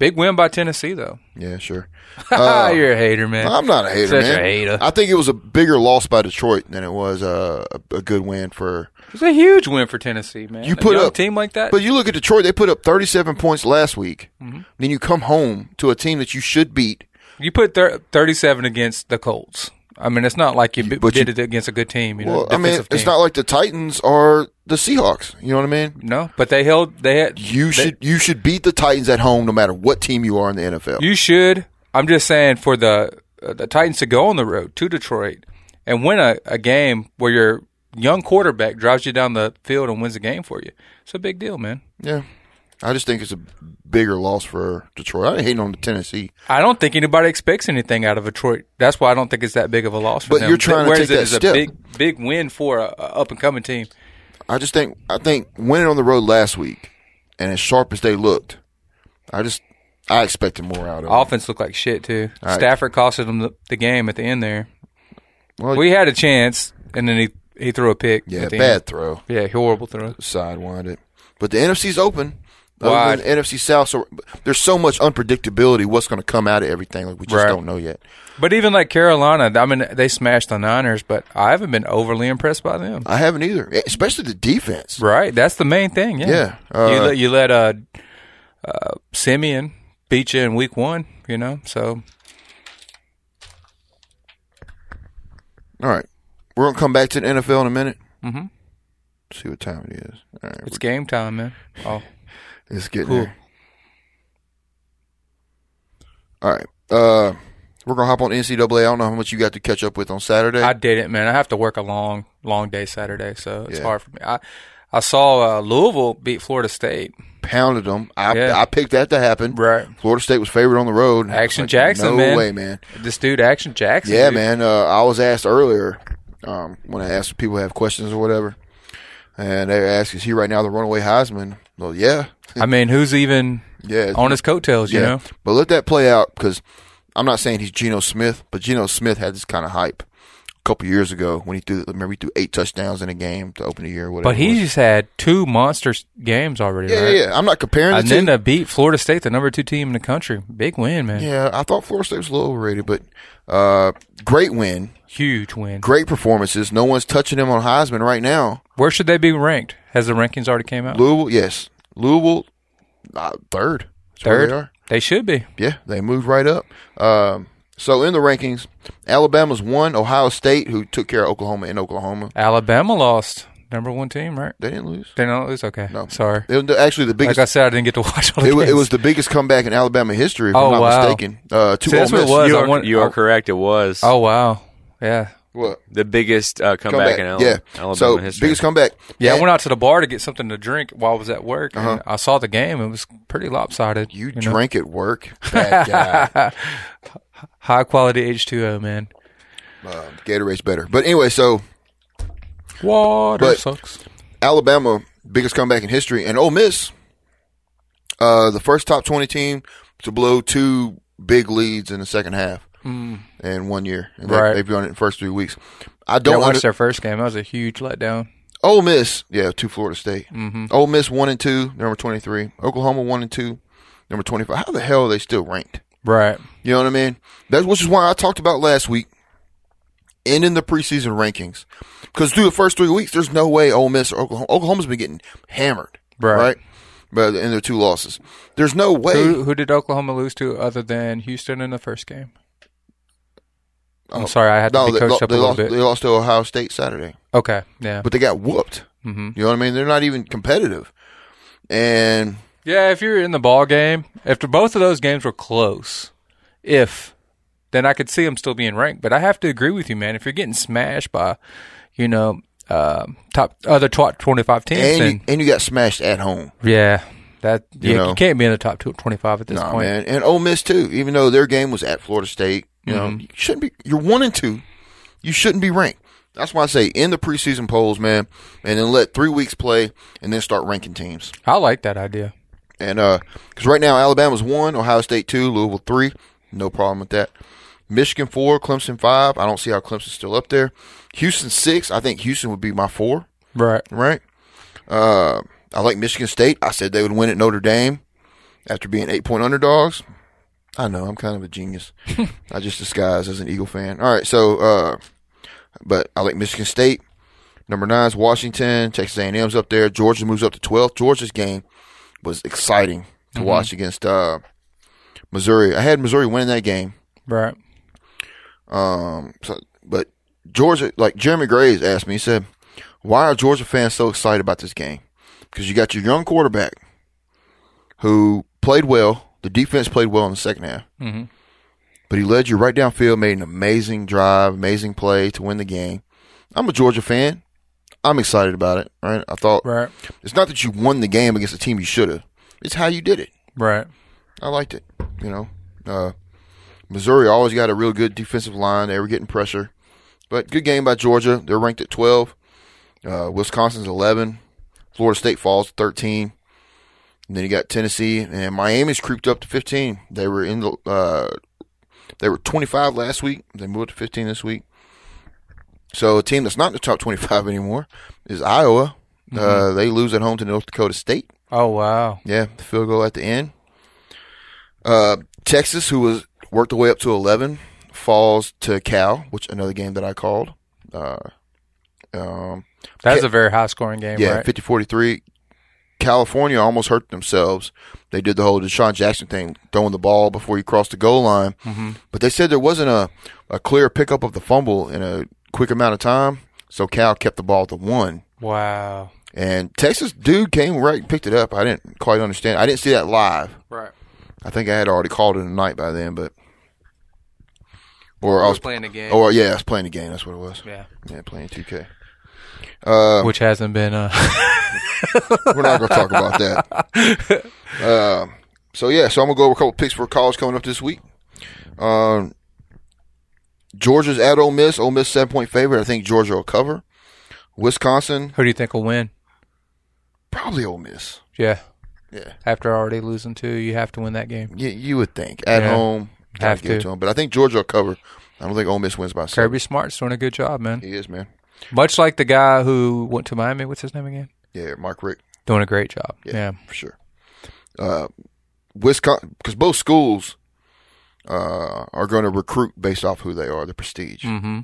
Big win by Tennessee though. Yeah, sure. You're a hater, man. I'm not a hater, Such man. Uh, a hater. I think it was a bigger loss by Detroit than it was uh, a, a good win for. It's a huge win for Tennessee, man. You put a young up team like that. but you look at Detroit; they put up 37 points last week. Mm-hmm. Then you come home to a team that you should beat, you put thir- thirty-seven against the Colts. I mean, it's not like you b- but did you- it against a good team. You know, Well, I mean, defensive it's team. not like the Titans are the Seahawks. You know what I mean? No, but they held. They had. You they- should you should beat the Titans at home, no matter what team you are in the NFL. You should. I'm just saying for the uh, the Titans to go on the road to Detroit and win a, a game where your young quarterback drives you down the field and wins the game for you. It's a big deal, man. yeah, I just think it's a bigger loss for Detroit. I ain't hating on the Tennessee, I don't think anybody expects anything out of Detroit. That's why I don't think it's that big of a loss. For But them. you're trying to Whereas it take that is a step. big big win for a, a up and coming team. I just think I think winning on the road last week and as sharp as they looked, I just I expected more out of them. offense looked like shit too. right. Stafford costed him the, the game at the end there. Well, we had a chance, and then he he threw a pick. yeah, at the bad end. throw, Yeah, horrible throw. sidewinded. But the NFC's open. Other Wide. than the NFC South, so there's so much unpredictability. What's going to come out of everything? Like we just Right. don't know yet. But even like Carolina, I mean, they smashed the Niners, but I haven't been overly impressed by them. I haven't either, e, especially the defense. Right, that's the main thing. Yeah, Yeah, uh, you let you let uh, uh, Simeon beat you in week one. You know, so All right. We're going to come back to the NFL in a minute. Mm-hmm. See what time it is. All right. it's game time, man. Oh, We're, it's getting cool. there. All right. Uh, we're going to hop on NCAA. I don't know how much you got to catch up with on Saturday. I didn't, man. I have to work a long, long day Saturday, so it's Yeah. hard for me. I I saw uh, Louisville beat Florida State. pounded them. I, Yeah. I picked that to happen. Right. Florida State was favored on the road. and I was Action like, Jackson, no man. way, man. This dude, Action Jackson. Yeah, dude. man. Uh, I was asked earlier um, when I asked if people have questions or whatever, and they asked, "Is he right now the runaway Heisman?" Well, yeah, I mean, who's even yeah, it's- on his coattails? You know, But let that play out because I'm not saying he's Geno Smith, but Geno Smith had this kind of hype a couple years ago when he threw. Remember, he threw eight touchdowns in a game to open the year. Or whatever. but it he was. just had two monster s- games already. yeah, right? yeah, yeah. I'm not comparing. And the then two. to beat Florida State, the number two team in the country, big win, man. yeah, I thought Florida State was a little overrated, but uh, great win, Huge win. great performances. No one's touching him on Heisman right now. Where should they be ranked? Has the rankings already came out? Louisville, yes, Louisville, uh, third. That's where Third. they are. They should be. Yeah, they moved right up. Um, so in the rankings, Alabama's one. Ohio State, who took care of Oklahoma in Oklahoma, Alabama lost number one team, right? they didn't lose. They don't lose. Okay, No. sorry. It was the- actually the Like biggest. I said, I didn't get to watch all the it, was, it games. was the biggest comeback in Alabama history, if Oh, I'm not wow. mistaken. Uh, two See, that's Ole what it Miss. was. You I are, want- you I- are correct. It was oh wow, yeah, What? the biggest uh, comeback, Comeback. in Al- yeah. Alabama so history. biggest comeback. yeah. I And went out to the bar to get something to drink while I was at work. and I saw the game. It was pretty lopsided. Uh-huh. you know? drank at work. Bad guy. high quality H two O, man. Uh, Gatorade's better. But anyway, so Water But- sucks. Alabama biggest comeback in history, and Ole Miss, uh, the first top twenty team to blow two big leads in the second half in one year. And they, Hmm. Right. they've done it in the first three weeks. I Yeah, I don't watched under- their first game. That was a huge letdown. Ole Miss, yeah, two Florida State. Mm-hmm. Ole Miss one and two, number twenty three. Oklahoma one and two, number twenty five. How the hell are they still ranked? Right. You know what I mean? That's which is why I talked about last week, ending the preseason rankings, because through the first three weeks, there's no way Ole Miss or Oklahoma. Oklahoma's been getting hammered, Right. But in their two losses, there's no way. Who who did Oklahoma lose to other than Houston in the first game? I'm sorry, I had to Oh. no, be they, coached lo- up they a little lost. bit. They lost to Ohio State Saturday, Okay, yeah, but they got whooped. Mm-hmm. You know what I mean? They're not even competitive, and yeah. If you're in the ball game, after both of those games were close, if then I could see them still being ranked. But I have to agree with you, man. If you're getting smashed by, you know, um top other top 25 teams, and you, then and you got smashed at home. yeah, that yeah, you, know. can't be in the top two- 25 at this Nah, point. man. And Ole Miss too, even though their game was at Florida State. You Mm-hmm. know, you shouldn't be. You're one and two. You shouldn't be ranked. That's why I say in the preseason polls, man, and then let three weeks play, and then start ranking teams. I like that idea. And because right now Alabama's one, Ohio State two, Louisville three, no problem with that. Michigan four, Clemson five. I don't see how Clemson's still up there. Houston six. I think Houston would be my four. Right. Right. Uh, I like Michigan State. I said they would win at Notre Dame after being eight point underdogs. I know I'm kind of a genius. I just disguise as an Eagle fan. All right, so uh, but I like Michigan State. Number nine is Washington. Texas A&M's up there. Georgia moves up to 12th. Georgia's game was exciting to watch against uh, Missouri. I had Missouri winning that game. Right. Um, so, but Georgia, like Jeremy Graves asked me, he said, "Why are Georgia fans so excited about this game? Because you got your young quarterback who played well. The defense played well in the second half, mm-hmm. but he led you right downfield, made an amazing drive, amazing play to win the game. I'm a Georgia fan. I'm excited about it. Right? I thought Right. it's not that you won the game against a team you should have. It's how you did it. Right. I liked it. You know, uh, Missouri always got a real good defensive line. They were getting pressure, but good game by Georgia. They're ranked at twelve. Uh, Wisconsin's eleven. Florida State falls to thirteen. And then you got Tennessee and Miami's creeped up to fifteen. They were in the uh, they were twenty five last week. They moved to fifteen this week. So a team that's not in the top twenty five anymore is Iowa. Uh, they lose at home to North Dakota State. Oh wow. Yeah, the field goal at the end. Uh, Texas, who was worked the way up to eleven, falls to Cal, which another game that I called. Uh, um, That's a very high scoring game, yeah, right? fifty forty three. California almost hurt themselves. They did the whole Deshaun Jackson thing, throwing the ball before you cross the goal line. But they said there wasn't a, a clear pickup of the fumble in a quick amount of time, so Cal kept the ball at the one. Wow. And Texas dude came right and picked it up. I didn't quite understand. I didn't see that live. Right. I think I had already called it a night by then, but or I was playing the game. Or yeah, I was playing the game. That's what it was. Yeah. yeah, playing 2K. Which hasn't been uh We're not going to talk about that. Um so yeah, so I'm gonna go over a couple picks for college coming up this week. Um, Georgia's at Ole Miss. Ole Miss seven point favorite. I think Georgia will cover. Wisconsin Who do you think will win? probably Ole Miss. Yeah. Yeah. After already losing two, you have to win that game. You, you would think at Yeah. home gotta Have give it to. to 'em. but I think Georgia will cover. I don't think Ole Miss wins by seven. Kirby Smart's doing a good job, man. He is man. Much like the guy who went to Miami. What's his name again? Yeah, Mark Rick. Doing a great job. Yeah. for sure. Uh, Wisconsin, because both schools uh, are going to recruit based off who they are, the prestige. Mm-hmm.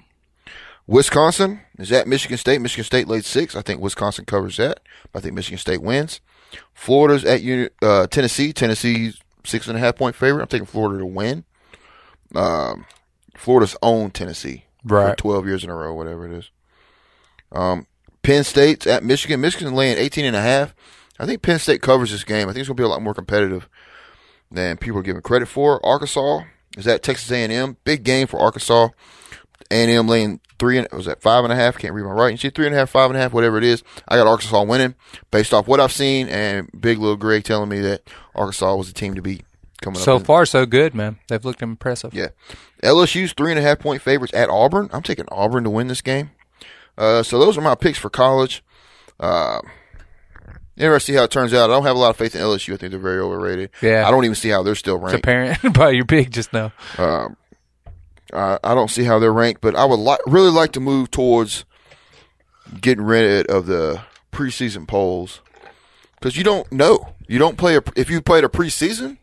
Wisconsin is at Michigan State. Michigan State laid six. I think Wisconsin covers that. I think Michigan State wins. Florida's at Uni- uh, Tennessee. Tennessee's six and a half point favorite. I'm taking Florida to win. Um, Florida's owned Tennessee for Right. 12 years in a row, whatever it is. Um, Penn State's at Michigan. Michigan laying 18 and a half. I think Penn State covers this game. I think it's going to be a lot more competitive than people are giving credit for. Arkansas is at Texas A&M. Big game for Arkansas. A&M laying three and was that five and a half? Can't read my writing. She three and a half, five and a half, whatever it is. I got Arkansas winning based off what I've seen and Big Little Greg telling me that Arkansas was the team to beat coming So up. in- far, so good, man. They've looked impressive. yeah. LSU's three and a half point favorites at Auburn. I'm taking Auburn to win this game. Uh, so those are my picks for college. Uh, interesting how it turns out. I don't have a lot of faith in LSU. I think they're very overrated. Yeah. I don't even see how they're still It's ranked. apparent by your big just now. I, I don't see how they're ranked, but I would li- really like to move towards getting rid of the preseason polls because you don't know. You don't play a, if you played a preseason.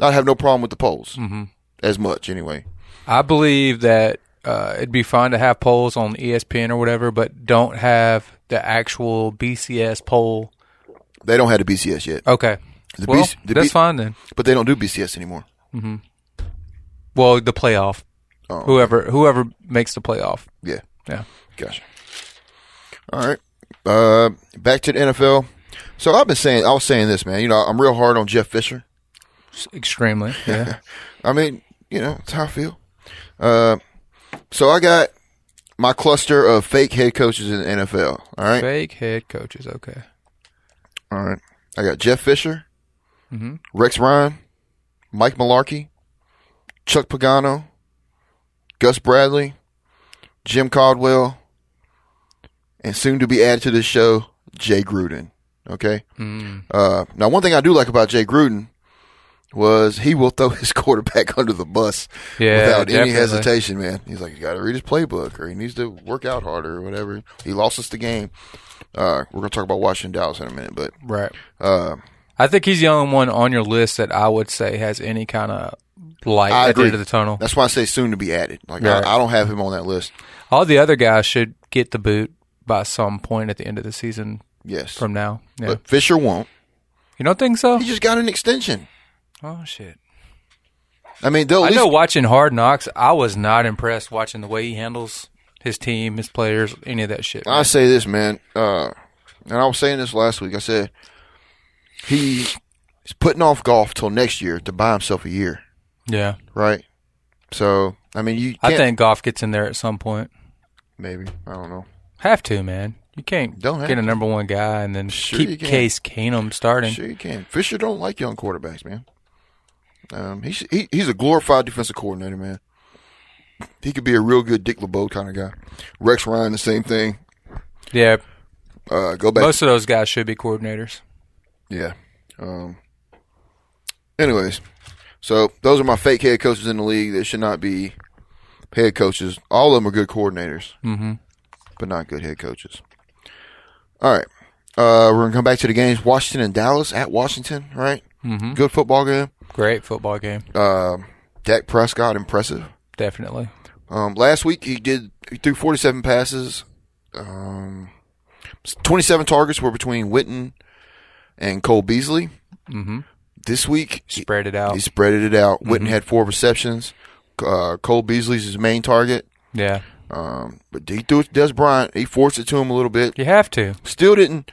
I'd have no problem with the polls mm-hmm. as much anyway. I believe that uh, it'd be fun to have polls on E ESPN or whatever, but don't have the actual BCS poll. They don't have the BCS yet, Okay. The well, BC the that's B- fine then. but they don't do BCS anymore. Well, the playoff. Oh. Whoever whoever makes the playoff. Yeah. Yeah. Gotcha. All right. Uh, back to the NFL. So I've been saying, I was saying this, man. You know, I'm real hard on Jeff Fisher. S- Extremely. Yeah. I mean, you know, it's how I feel. Uh, so I got my cluster of fake head coaches in the NFL. All right. Fake head coaches. Okay. All right. I got Jeff Fisher, Rex Ryan, Mike Malarkey, Chuck Pagano, Gus Bradley, Jim Caldwell, and soon to be added to this show, Jay Gruden. Okay. Uh, now, one thing I do like about Jay Gruden was he will throw his quarterback under the bus Yeah, without definitely. any hesitation, man. He's like, you got to read his playbook or he needs to work out harder or whatever. He lost us the game. Uh, we're going to talk about Washington Dallas in a minute, but Right. uh, I think he's the only one on your list that I would say has any kind of light I at the agree. end of the tunnel. That's why I say soon to be added. Like Right. I, I don't have him on that list. All the other guys should get the boot by some point at the end of the season Yes, from now. Yeah. but Fisher won't. you don't think so? He just got an extension. Oh shit. I mean, they'll I at know least, watching Hard Knocks, I was not impressed watching the way he handles his team, his players, any of that shit. I say this, man. Uh, and I was saying this last week. I said he he's putting off golf till next year to buy himself a year, yeah. right? So I mean, you can't, I think Goff gets in there at some point. maybe I don't know. Have to, man. You can't Don't have get a to. number one guy and then Sure you keep can. Case Keenum starting. Sure, you can. Fisher don't like young quarterbacks, man. Um, he's he, he's a glorified defensive coordinator, man. He could be a real good Dick LeBeau kind of guy. Rex Ryan, the same thing. Yeah. Uh, go back. Most of those guys should be coordinators. yeah. Um, anyways, so those are my fake head coaches in the league that should not be head coaches. All of them are good coordinators, mm-hmm. but not good head coaches. All right. Uh, we're going to come back to the games. Washington and Dallas at Washington, right? Mm-hmm. Good football game. Great football game. Um, Dak Prescott impressive. Definitely. Um, last week he did he threw 47 passes. Um, 27 targets were between Witten and Cole Beasley. Mm-hmm. This week he, Spread it out. Mm-hmm. he spread it out. Witten had four receptions. Uh, Cole Beasley's his main target. Yeah. Um, but he threw it to Des Bryant. He forced it to him a little bit. You have to. Still didn't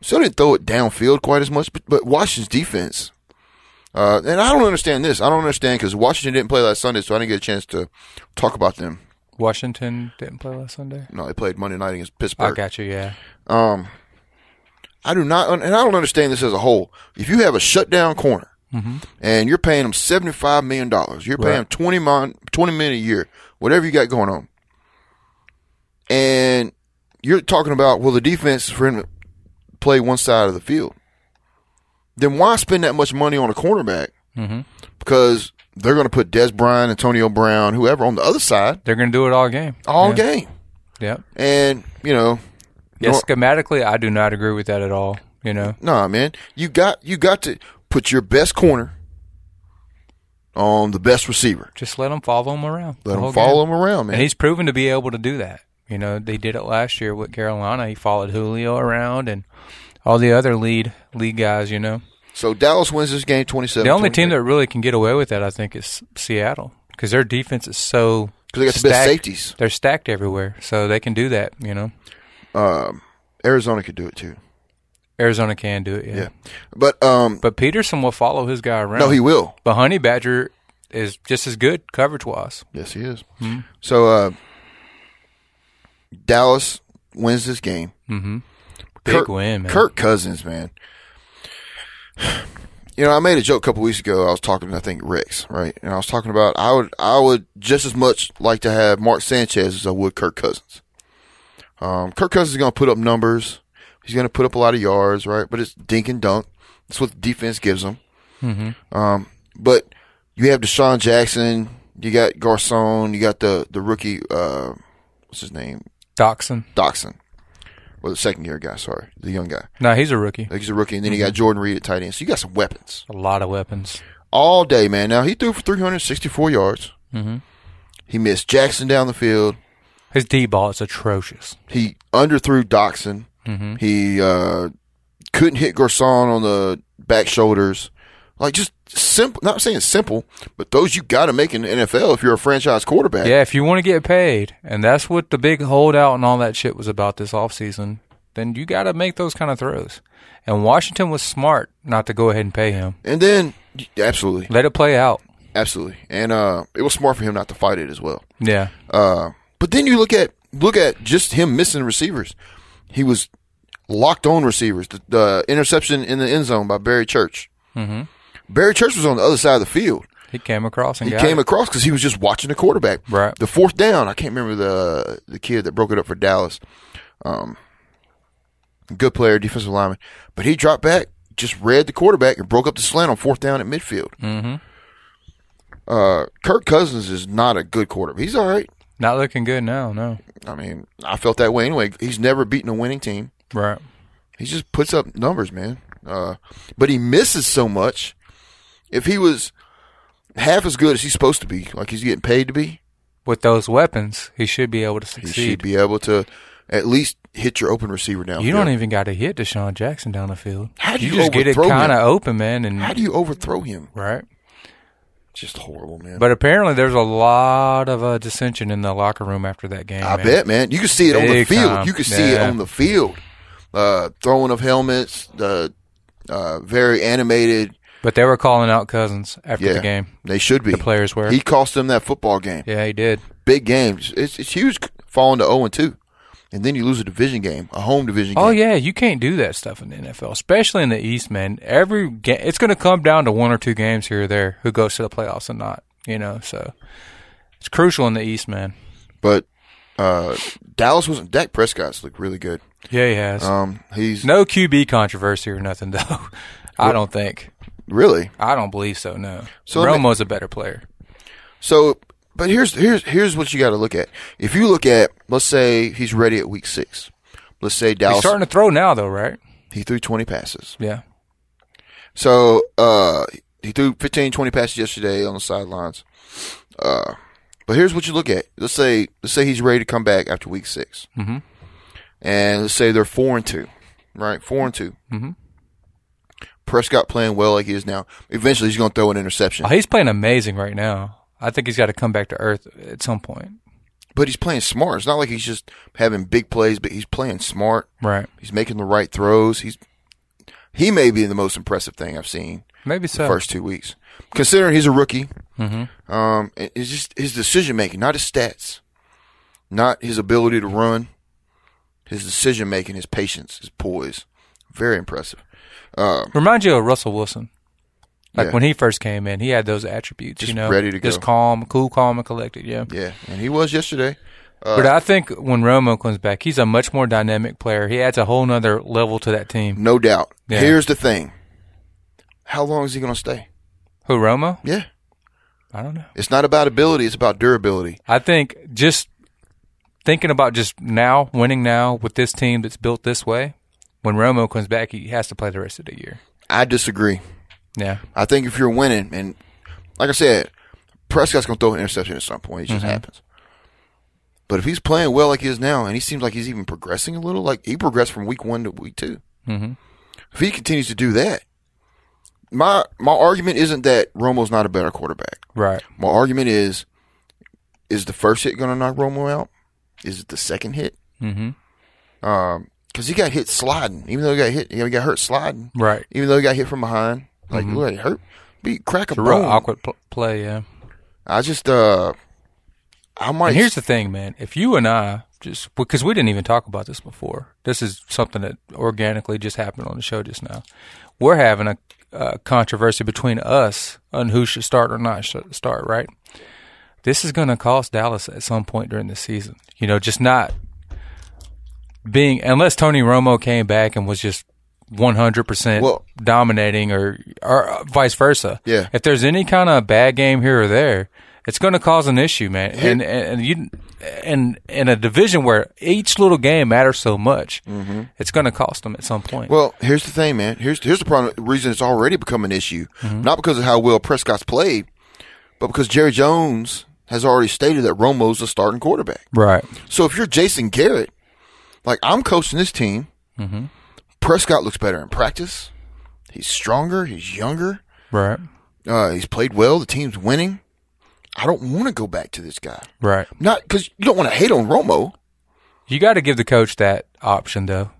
still didn't throw it downfield quite as much, but, but Washington's defense. Uh, and I don't understand this. I don't understand because Washington didn't play last Sunday, so I didn't get a chance to talk about them. Washington didn't play last Sunday. No, they played Monday night against I Pittsburgh. got you, yeah. Um, I do not, and I don't understand this as a whole. If you have a shutdown corner and you're paying them seventy five million dollars, you're paying Mm-hmm. them Right. twenty mon, twenty million a year, whatever you got going on, and you're talking about well, the defense is for him to play one side of the field. Then why spend that much money on a cornerback? Mm-hmm. Because they're going to put Des Bryant, Antonio Brown, whoever on the other side They're going to do it all game. all yeah. game, Yeah. and you know Yeah, Nor- schematically, I do not agree with that at all. You know, Nah, man. You got you got to put your best corner on the best receiver. just let them follow him around. the Let him whole follow game. him around, man. And he's proven to be able to do that. You know, they did it last year with Carolina. He followed Julio around and all the other lead lead guys. You know, so Dallas wins this game twenty seven. the only team that really can get away with that, I think, is Seattle because their defense is so. 'Cause they got the best stacked. safeties. They're stacked everywhere, so they can do that. You know, Um, Arizona could do it too. Arizona can do it. Yeah. Yeah, but um, But Peterson will follow his guy around. no, he will. But Honey Badger is just as good coverage wise. Yes, he is. Hmm. So uh, Dallas wins this game. Mm-hmm. Big Kirk- win, man. Kirk Cousins, man. You know, I made a joke a couple weeks ago. I was talking, to, I think Rex, right, and I was talking about I would, I would just as much like to have Mark Sanchez as I would Kirk Cousins. Um, Kirk Cousins is going to put up numbers. He's going to put up a lot of yards, right? But it's dink and dunk. That's what the defense gives him. Um, but you have Deshaun Jackson. You got Garcon. You got the the rookie. Uh, what's his name? Doxson. Doxson. Well, the second year guy. Sorry, the young guy. No, he's a rookie. Like he's a rookie, and then you got Jordan Reed at tight end. So you got some weapons A lot of weapons. all day, man. Now he threw for 364 yards. Mm-hmm. He missed Jackson down the field. His D ball is atrocious. He underthrew Doxson. He uh, couldn't hit Garcon on the back shoulders. Like just simple. Not saying simple, but those you got to make in the NFL if you're a franchise quarterback. Yeah, if you want to get paid, and that's what the big holdout and all that shit was about this offseason, then you got to make those kind of throws. And Washington was smart not to go ahead and pay him. And then absolutely, Let it play out. absolutely, and uh, it was smart for him not to fight it as well. Yeah. Uh, but then you look at look at just him missing receivers. He was locked on receivers. The, the interception in the end zone by Barry Church. Mm-hmm. Barry Church was on the other side of the field. He came across and He got came it. across because he was just watching the quarterback. Right. The fourth down. I can't remember the the kid that broke it up for Dallas. Um, good player, defensive lineman, but he dropped back, just read the quarterback and broke up the slant on fourth down at midfield. Mm-hmm. Uh, Kirk Cousins is not a good quarterback. He's all right. Not looking good now, no. I mean, I felt that way anyway. He's never beaten a winning team. Right. He just puts up numbers, man. Uh, but he misses so much. If he was half as good as he's supposed to be, like he's getting paid to be, With those weapons, he should be able to he should succeed. be able to at least hit your open receiver down. you don't even got to hit Deshaun Jackson down the field. How do you just get it overthrow him? kind of open, man? And How do you overthrow him? right? Just horrible, man. But apparently, there's a lot of uh, dissension in the locker room after that game. I man. bet, man. You can see it on the Big field. time. You can see it Yeah. on the field. Uh, throwing of helmets, the uh, very animated. But they were calling out Cousins after Yeah, the game. they should be. The players were. He cost them that football game. Yeah, he did. big games. It's it's huge falling to zero and two, and then you lose a division game, a home division. Oh game. yeah, you can't do that stuff in the NFL, especially in the East, man. Every game, it's going to come down to one or two games here or there who goes to the playoffs and not. You know, so it's crucial in the East, man. But uh, Dallas wasn't. Dak Prescott's looked really good. Yeah, he has. Um, he's no QB controversy or nothing, though. I don't think. really I don't believe so. No, So let me- Romo's a better player. so. But here's here's here's what you got to look at. If you look at, let's say he's ready at week six. Let's say He's Dallas starting to throw now, though, right? he threw twenty passes. Yeah. So uh, he threw 15, 20 passes yesterday on the sidelines. Uh, but here's what you look at. Let's say let's say he's ready to come back after week 6 mm-hmm. and let's say they're four and two, right? Four and 2 Mm-hmm. Prescott playing well like he is now. Eventually, he's going to throw an interception, Oh, he's playing amazing right now. I think he's got to come back to earth at some point. but he's playing smart. It's not like he's just having big plays, but he's playing smart. Right. He's making the right throws. He's he may be the most impressive thing I've seen Maybe so. Mm-hmm. first two weeks. Considering he's a rookie, um, it- it's just his decision making, not his stats, not his ability to run, his decision making, his patience, his poise, Very impressive. Um, Reminds you of Russell Wilson. Like Yeah. when he first came in, he had those attributes, Just you know, ready to just go. calm, cool, calm, and collected. Yeah. Yeah, Uh, and he was yesterday. but I think when Romo comes back, he's a much more dynamic player. He adds a whole nother level to that team. No doubt. Yeah. Here's the thing. How long is he going to stay? Who Romo? Yeah. I don't know. It's not about ability, it's about durability. I think just thinking about just now winning now with this team that's built this way. When Romo comes back, he has to play the rest of the year. I disagree. Yeah. I think if you're winning, and like I said, Prescott's going to throw an interception at some point. It just happens. But if he's playing well like he is now, and he seems like he's even progressing a little, like he progressed from week one to week 2 Mm-hmm. If he continues to do that, my my argument isn't that Romo's not a better quarterback. Right. My argument is, is the first hit going to knock Romo out? Is it the second hit? Mhm. Because he got hit sliding, even though he got hit, he got hurt sliding, Right. even though he got hit from behind. Like, look, like, hurt, be crack a A real bone. awkward pl- play. Yeah. I just, uh, I might. And here's the thing, man. If you and I just because we didn't even talk about this before, this is something that organically just happened on the show just now. We're having a uh, controversy between us on who should start or not should start. Right? This is going to cost Dallas at some point during the season. You know, just not being unless Tony Romo came back and was just. 100% Well- dominating or or uh, vice versa. Yeah. If there's any kind of bad game here or there, it's going to cause an issue, man. And and you and in a division where each little game matters so much, it's going to cost them at some point. Mm-hmm. well, here's the thing, man. Here's here's the problem. the Reason it's already become an issue, Mm-hmm. not because of how well Prescott's played, but because Jerry Jones has already stated that Romo's the starting quarterback. right. So if you're Jason Garrett, like I'm coaching this team, Mm-hmm. Prescott looks better in practice. He's stronger. He's younger. Right. Uh, he's played well. The team's winning. I don't want to go back to this guy. Right. Not because you don't want to hate on Romo, You got to give the coach that option though.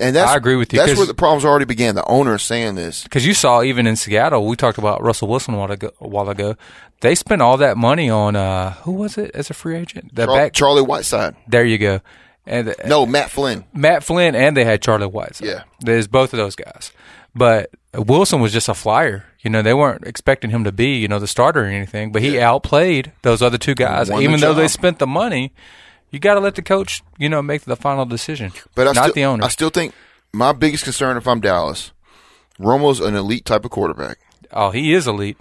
and that's I agree with you, That's 'cause- where the problems already began. The owner is saying this. Because you saw even in Seattle, we talked about Russell Wilson a while ago. A while ago. They spent all that money on uh, who was it as a free agent? The Char- back. Uh, Charlie Whiteside. there you go. And the- No, Matt Flynn. Matt Flynn and they had Charlie Whiteside. Yeah. There's both of those guys. But Wilson was just a flyer. You know, they weren't expecting him to be, you know, the starter or anything, but he outplayed those other two guys. Won the Even though they job. spent the money, you got to let the coach, you know, make the final decision. But I not still, the owner. I still think my biggest concern if I'm Dallas, Romo's an elite type of quarterback. oh, he is elite.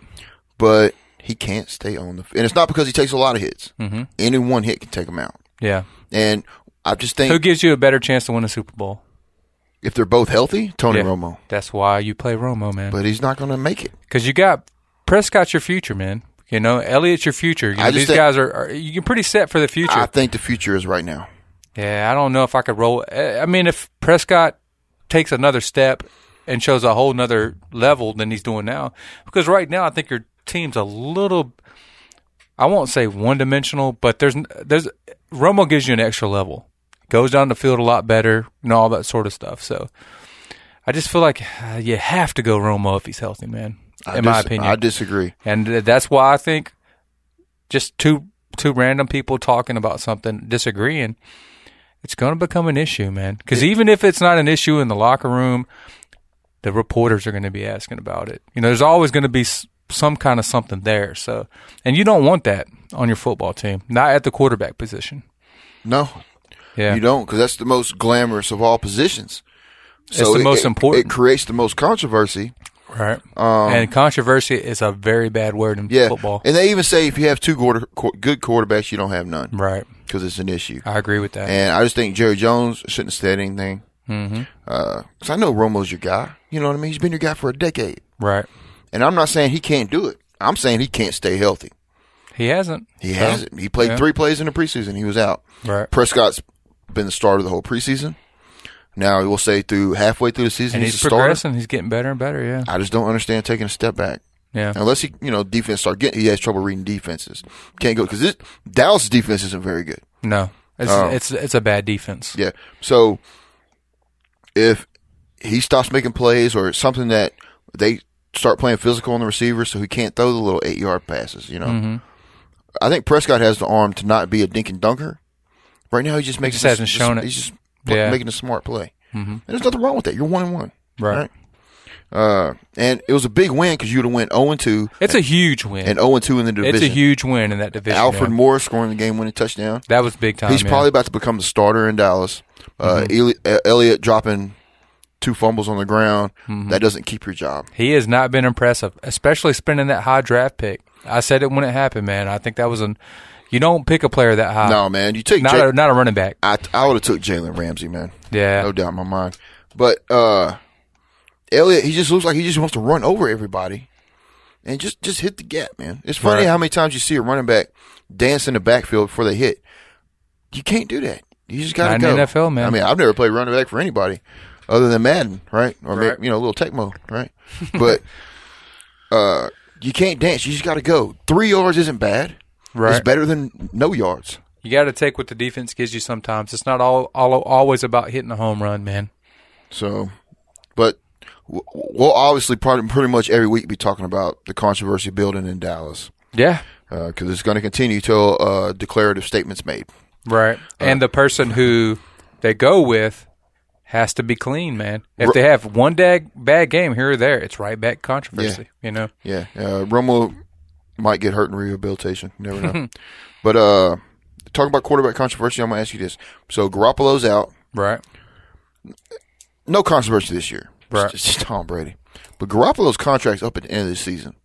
but he can't stay on the. And it's not because he takes a lot of hits. Mm-hmm. Any one hit can take him out. Yeah. And I just think Who gives you a better chance to win a Super Bowl? if they're both healthy, Tony Yeah. Romo. That's why you play Romo, man. But he's not going to make it. Because you got Prescott's your future, man. You know, Elliott's your future. You I know, just these think- guys are, are you're pretty set for the future. I think the future is right now. Yeah, I don't know if I could roll. eh, I I mean, if Prescott takes another step and shows a whole nother level than he's doing now, because right now I think your team's a little. I won't say one dimensional, but there's there's Romo gives you an extra level, goes down the field a lot better, and all that sort of stuff. So, I just feel like uh, you have to go Romo if he's healthy, man. I in my dis- opinion, I disagree. and th- that's why I think just two two random people talking about something disagreeing, it's going to become an issue, man. Because even if it's not an issue in the locker room, the reporters are going to be asking about it. You know, there's always going to be s- some kind of something there. So, and you don't want that on your football team, not at the quarterback position. No, Yeah, you don't, because that's the most glamorous of all positions. the it- most it- important. It creates the most controversy. right. and controversy is a very bad word in um, Yeah, football. and they even say if you have two quarter, qu- good quarterbacks, you don't have none right. because it's an issue. I agree with that. And I just think Jerry Jones shouldn't have said anything. Mm-hmm. Because I know Romo's your guy. You know what I mean? He's been your guy for a decade. right. And I'm not saying he can't do it. I'm saying he can't stay healthy. He hasn't. He So, hasn't. He played yeah. three plays in the preseason. He was out. Right. Prescott's been the starter the whole preseason. Now we'll say through halfway through the season And he's, he's a starter. progressing. He's getting better and better. Yeah. I just don't understand taking a step back. Yeah. Unless he, you know, defense start getting, he has trouble reading defenses. Can't go because Dallas' defense isn't very good. No, it's Oh. it's it's a bad defense. Yeah. So if he stops making plays or it's something that they start playing physical on the receiver so he can't throw the little eight yard passes, you know. Mm-hmm. I think Prescott has the arm to not be a dink and dunker. Right now he just makes just hasn't shown it. He's just pl- Yeah. Mm-hmm. making a smart play. And there's nothing wrong with that. You're one and one. Right. Uh, and it was a big win because you'd have went 0 and 2 It's a huge win. and 0 and 2 in the division. it's a huge win in that division. Alfred yeah. Moore scoring the game winning touchdown. That was big time. He's yeah. probably about to become the starter in Dallas. Uh, Mm-hmm. Eli- uh, Elliott dropping two fumbles on the ground. Mm-hmm. That doesn't keep your job. He has not been impressive, especially spending that high draft pick. I said it when it happened, man. I think that was an. You don't pick a player that high. no, man. You take Ah. not Ja- a, not a running back. I, I would have took Jalen Ramsey, man. Yeah. no doubt in my mind. But uh, Elliot, he just looks like he just wants to run over everybody and just just hit the gap, man. It's funny Right. how many times you see a running back dance in the backfield before they hit. You can't do that. You just gotta Not in go. the NFL, man. I mean, I've never played running back for anybody other than Madden, right? Or Right. Maybe, you know, a little Tecmo, right? but uh, you can't dance. You just gotta go. Three yards isn't bad. Right. It's better than no yards. You got to take what the defense gives you. Sometimes it's not all, all always about hitting a home run, man. So, but w- we'll obviously probably pretty much every week be talking about the controversy building in Dallas Yeah, because it's going to continue till uh, declarative statements made. right. and the person who they go with has to be clean, man. If they have one dag, bad game here or there, it's right back controversy. You know, Yeah, uh, Romo might get hurt in rehabilitation. You never know. but uh, talking about quarterback controversy, I'm going to ask you this: so Garoppolo's out, right? no controversy this year. Right. It's just Tom Brady, but Garoppolo's contract's up at the end of the season.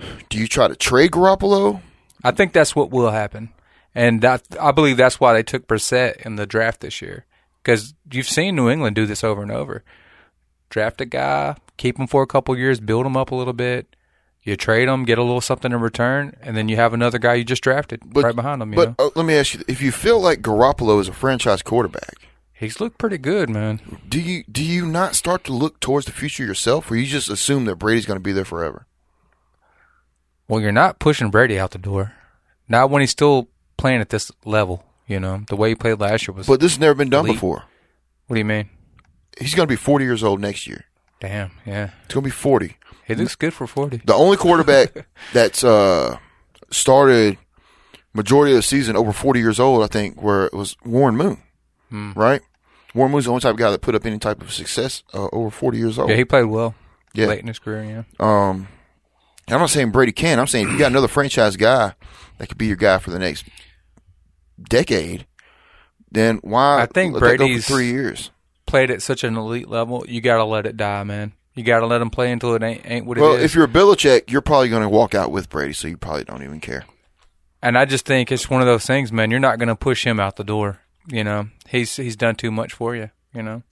Mm-hmm. Do you try to trade Garoppolo? I think that's what will happen, and that I believe that's why they took Brissett in the draft this year because you've seen New England do this over and over. Draft a guy, keep him for a couple years, build him up a little bit. You trade him, get a little something in return, and then you have another guy you just drafted right behind him. You but know? uh, let me ask you: If you feel like Garoppolo is a franchise quarterback, He's looked pretty good, man. do you do you not start to look towards the future yourself, or you just assume that Brady's going to be there forever? Well, you're not pushing Brady out the door. Not when he's still playing at this level, you know. The way he played last year was. But this has never been done Elite. before. what do you mean? He's going to be forty years old next year. Damn, yeah. He's going to be forty. He looks good for 40. The only quarterback that's uh, started majority of the season over forty years old, I think, where it was Warren Moon, Hmm. right? Warren Moon's the only type of guy that put up any type of success uh, over forty years old. Yeah, he played well Yeah. late in his career, yeah. Um, I'm not saying Brady can. I'm saying if you got another franchise guy that could be your guy for the next decade, then why? I think let that go for Brady's- three years. played at such an elite level, you gotta let it die, man. You gotta let him play until it ain't ain't what Well, it is. if you're a Belichick, you're probably going to walk out with Brady, so you probably don't even care. and I just think it's one of those things, man. You're not gonna push him out the door. You know, he's he's done too much for you. You know.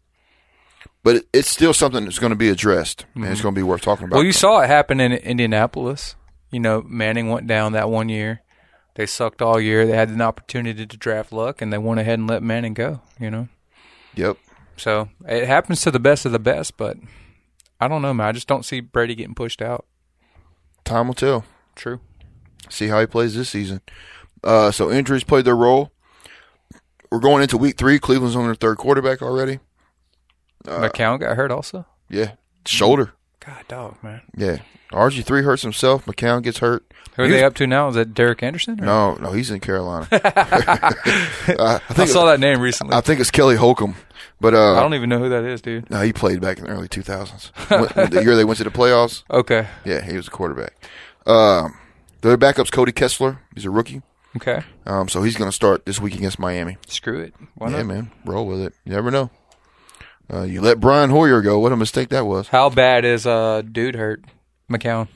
But it, it's still something that's going to be addressed, and it's going to be worth talking about. Mhm. Well, you saw it happen in Indianapolis. You know, Manning went down that one year. They sucked all year. They had an opportunity to draft Luck, and they went ahead and let Manning go. You know, yep. so it happens to the best of the best. But I don't know, man. I just don't see Brady getting pushed out. Time will tell. True. See how he plays this season. Uh, so injuries played their role. We're going into week three. Cleveland's on their third quarterback already. Uh, McCown got hurt also. Yeah, shoulder. God, dog, man. Yeah. RG three hurts himself. McCown gets hurt. Who are He was- they up to now? Is that Derek Anderson? or- No, no, he's in Carolina. Uh, I I think saw that name recently. I I, think it's Kelly Holcomb, but uh, don't even know who that is, dude. no, he played back in the early 2000s. When- the year they went to the playoffs, Okay. yeah, he was a quarterback. Um, their backup's Cody Kessler. He's a rookie, Okay. um, so he's going to start this week against Miami. Screw it. Why Yeah, not? man, roll with it. You never know. Uh, you let Brian Hoyer go. What a mistake that was. How bad is uh dude hurt? McCown.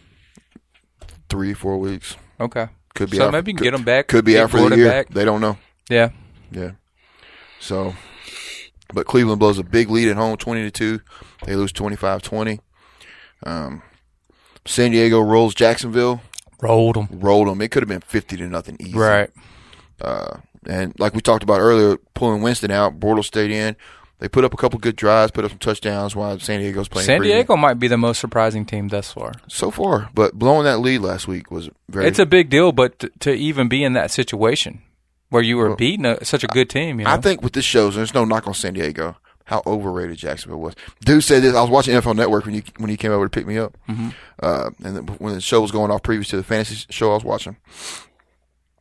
Three, four weeks Okay. could be. So out maybe you can could, get him back, Could be get out for the Florida year. back. They don't know. Yeah. Yeah. So, but Cleveland blows a big lead at home, 20 to 2. They lose 25 20. Um, San Diego rolls Jacksonville, Rolled him. rolled them. It could have been 50 to nothing easy. Right. And like we talked about earlier, pulling Winston out, Bortles stayed in. They put up a couple good drives, put up some touchdowns while San Diego's playing. San pretty Diego might be the most surprising team thus far. So far, but blowing that lead last week was very. It's a big deal, but t- to even be in that situation where you were beating a, such a good team, you know? I think what this shows, and there's no knock on San Diego, how overrated Jacksonville was. Dude said this. I was watching NFL Network when you when he came over to pick me up, uh, and then when the show was going off, previous to the fantasy show I was watching,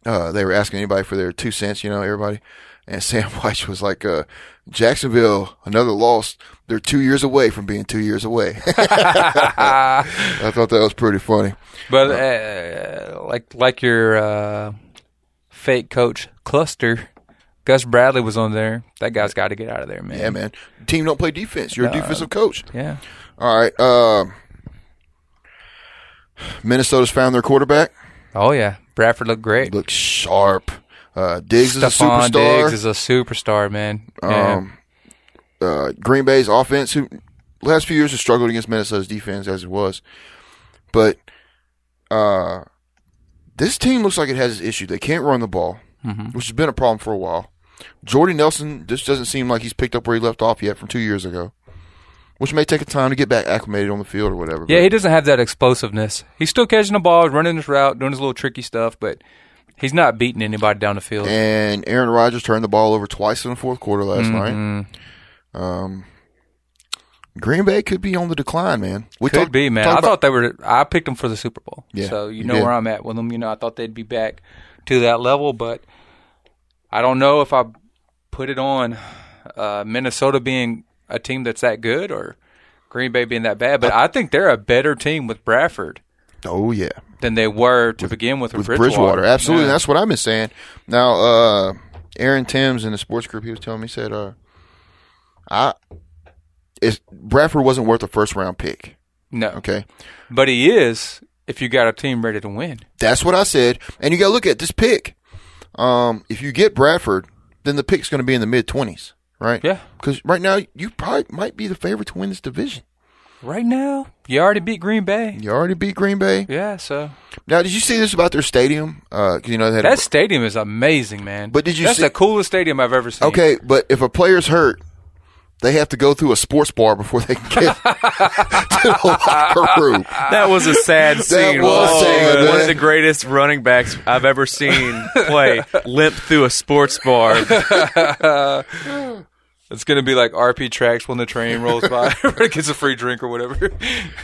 uh, they were asking anybody for their two cents. You know, everybody, And Sam White was like, uh, Jacksonville, another loss. They're two years away from being two years away. I thought that was pretty funny. But uh, like like your uh, fake coach cluster, Gus Bradley was on there. That guy's got to get out of there, man. Yeah, man. Team don't play defense. You're a defensive coach. Yeah. All right. Um, Minnesota's found their quarterback. Oh yeah, Bradford looked great. Looks sharp. Uh, Diggs is a Stephon superstar. Diggs is a superstar, man. Yeah. Um, uh, Green Bay's offense, who last few years has struggled against Minnesota's defense as it was, but uh, this team looks like it has an issue. They can't run the ball, Mm-hmm. which has been a problem for a while. Jordy Nelson just doesn't seem like he's picked up where he left off yet from two years ago, which may take a time to get back acclimated on the field or whatever. yeah, but- he doesn't have that explosiveness. He's still catching the ball, running his route, doing his little tricky stuff, but he's not beating anybody down the field. And Aaron Rodgers turned the ball over twice in the fourth quarter last Mm-hmm. night. Um, Green Bay could be on the decline, man. We Could talked- be, man. I talked about- thought they were. I picked them for the Super Bowl. Yeah, so you you know did. where I'm at with them. You know, I thought they'd be back to that level, but I don't know if I put it on uh, Minnesota being a team that's that good or Green Bay being that bad. But I think they're a better team with Bradford oh yeah, than they were to begin with with, with Bridgewater, absolutely. Yeah. That's what I've been saying. Now, uh, Aaron Timms in the sports group, he was telling me, he said, uh, I, it's, Bradford wasn't worth a first round pick. no, Okay, but he is. If you got a team ready to win, That's what I said. And you got to look at this pick. Um, if you get Bradford, then the pick's going to be in the mid twenties, right? Yeah. Because right now you probably might be the favorite to win this division. right now you already beat Green Bay. You already beat Green Bay. Yeah, so Now, did you see this about their stadium? Uh, 'cause, you know they had a- that stadium is amazing, man. But did you That's see- the coolest stadium I've ever seen. okay, but if a player's hurt. They have to go through a sports bar before they can get to the locker room. That was a sad scene. was watching sad, One man. of the greatest running backs I've ever seen play limp through a sports bar. It's gonna be like RP tracks when the train rolls by. Everybody gets a free drink or whatever.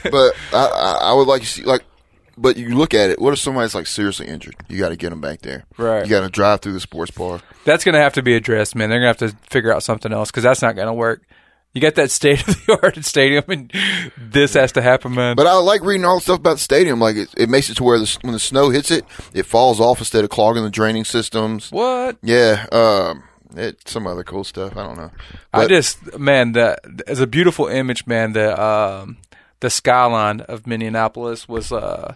But I, I, I would like to see like, but you look at it. What if somebody's like seriously injured? You got to get them back there. Right. You got to drive through the sports bar. that's gonna have to be addressed, man. They're gonna have to figure out something else because that's not gonna work. You got that state of the art stadium, and this has to happen, man. But I like reading all the stuff about the stadium. Like it, it makes it to where the, s- when the snow hits it, it falls off instead of clogging the draining systems. what? Yeah, um, it some other cool stuff. I don't know. I But just, man, the it's a beautiful image, man. The um, the skyline of Minneapolis was uh,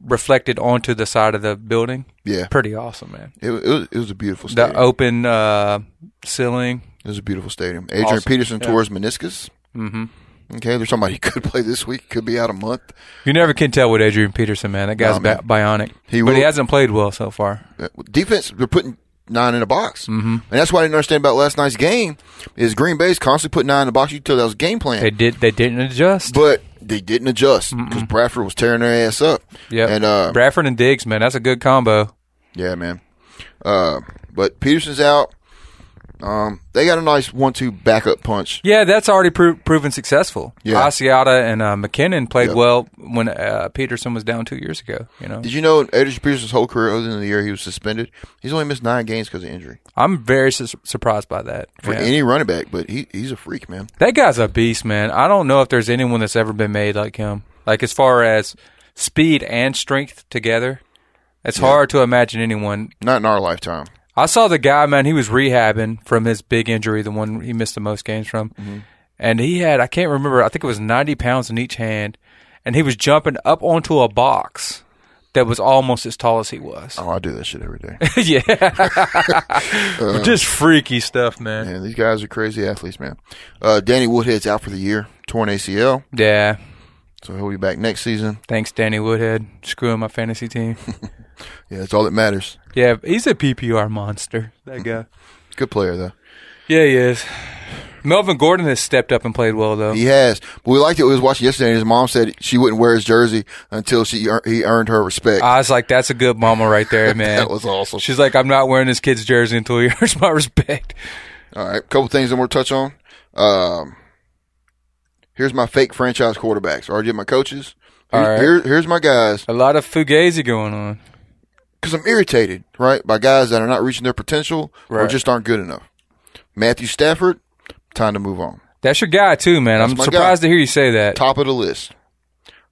reflected onto the side of the building. Yeah. pretty awesome, man. it, it, was, it was a beautiful The oh. stadium. open uh, ceiling. it was a beautiful stadium. Adrian Awesome. Peterson tours meniscus. Mm-hmm. Okay, there's somebody who could play this week. Could be out a month. You never can tell with Adrian Peterson, man. That guy's No, man. bi- bionic. He but he will- hasn't played well so far. Uh, Defense, they're putting nine in a box, mm-hmm. and that's what I didn't understand about last night's game. Is Green Bay's constantly putting nine in the box? You could tell that was game plan. They did. They didn't adjust. but they didn't adjust because Bradford was tearing their ass up. yeah, and uh, Bradford and Diggs, man, that's a good combo. Yeah, man. Uh, but Peterson's out. Um, they got a nice one-two backup punch. Yeah, that's already pro- proven successful. Yeah. Asiata and uh, McKinnon played Yeah. well when uh, Peterson was down two years ago. You know, Did you know Adrian Peterson's whole career, other than the year he was suspended, he's only missed nine games because of injury I'm very su- surprised by that. for Yeah. any running back. But he he's a freak, man. that guy's a beast, man. I don't know if there's anyone that's ever been made like him. Like as far as speed and strength together, it's hard to imagine anyone Not in our lifetime. I saw the guy, man. He was rehabbing from his big injury, the one he missed the most games from, Mm-hmm. and he had I can't remember. I think it was ninety pounds in each hand, and he was jumping up onto a box that was almost as tall as he was. Oh, I do that shit every day. yeah, Uh. just freaky stuff, man. man, these guys are crazy athletes, man. Uh, Danny Woodhead's out for the year, torn ACL, Yeah. so he'll be back next season. Thanks, Danny Woodhead. Screwing my fantasy team. Yeah, that's all that matters. yeah, he's a PPR monster. That guy. Good player though. Yeah, he is. Melvin Gordon has stepped up and played well though. He has. But we liked it. We was watching yesterday. and His mom said she wouldn't wear his jersey until she ear- he earned her respect. I was like, that's a good mama right there, Ah, man. That was awesome. She's like, I'm not wearing this kid's jersey until he earns my respect. All right, couple things that we'll touch on. Um, here's my fake franchise quarterbacks. Already did my coaches. Here, All right. here- here's my guys. A lot of fugazi going on. because I'm irritated, right, by guys that are not reaching their potential or Right. just aren't good enough. Matthew Stafford, time to move on. That's your guy too, man. That's I'm my surprised guy. to hear you say that. Top of the list.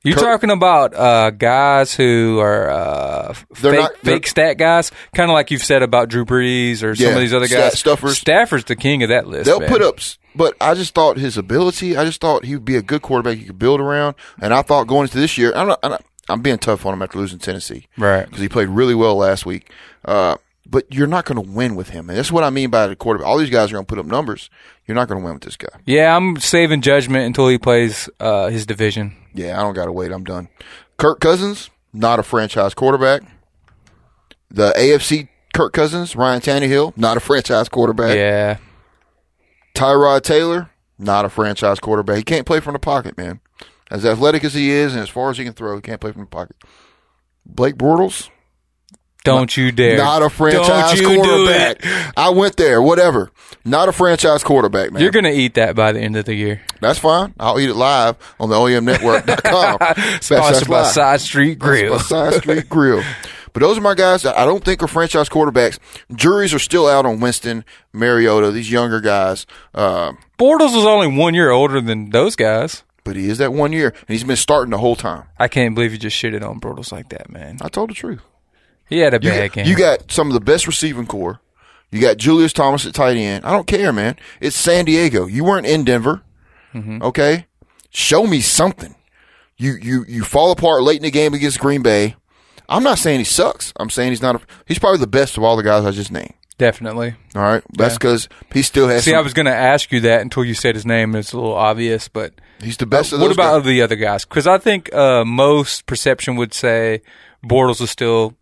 You're Kirk- talking about uh, guys who are uh, f- They're fake, not- they're- fake stat guys, kind of like you've said about Drew Brees or some Yeah, of these other stat guys. stuffers. Stafford's the king of that list. They'll man. put up, s- but I just thought his ability. I just thought he would be a good quarterback you could build around. And I thought going into this year, I'm not. I'm, not, I'm being tough on him after losing Tennessee, Right. Because he played really well last week. Uh, but you're not going to win with him, and that's what I mean by the quarterback. All these guys are going to put up numbers. You're not going to win with this guy. Yeah, I'm saving judgment until he plays uh, his division. Yeah, I don't got to wait. I'm done. Kirk Cousins, not a franchise quarterback. The AFC Kirk Cousins, Ryan Tannehill, not a franchise quarterback. Yeah, Tyrod Taylor, not a franchise quarterback. He can't play from the pocket, man. As athletic as he is and as far as he can throw, he can't play from the pocket. Blake Bortles, don't you dare! not a franchise Don't you do quarterback. it. I went there, whatever. Not a franchise quarterback, man. You're gonna eat that by the end of the year. That's fine. I'll eat it live on the E OEMnetwork.com. That's- that's Sponsored by live. Side Street Grill. That's my Side Street Grill. But those are my guys that I don't think are franchise quarterbacks. Juries are still out on Winston, Mariota, these younger guys. Uh, Bortles was only one year older than those guys. but he is that one year, and he's been starting the whole time. I can't believe you just shitted on Bortles like that, man. I told the truth. He had a You, bad game. you got some of the best receiving core. You got Julius Thomas at tight end. I don't care, man. It's San Diego. You weren't in Denver. Mm-hmm. Okay? Show me something. You you you fall apart late in the game against Green Bay. I'm not saying he sucks. I'm saying he's not a, he's probably the best of all the guys I just named. definitely. All right. That's because he still has See, some- I was going to ask you that until you said his name, and it's a little obvious. But he's the best of uh, what those about guys. the other guys? Because I think uh, most perception would say Bortles is still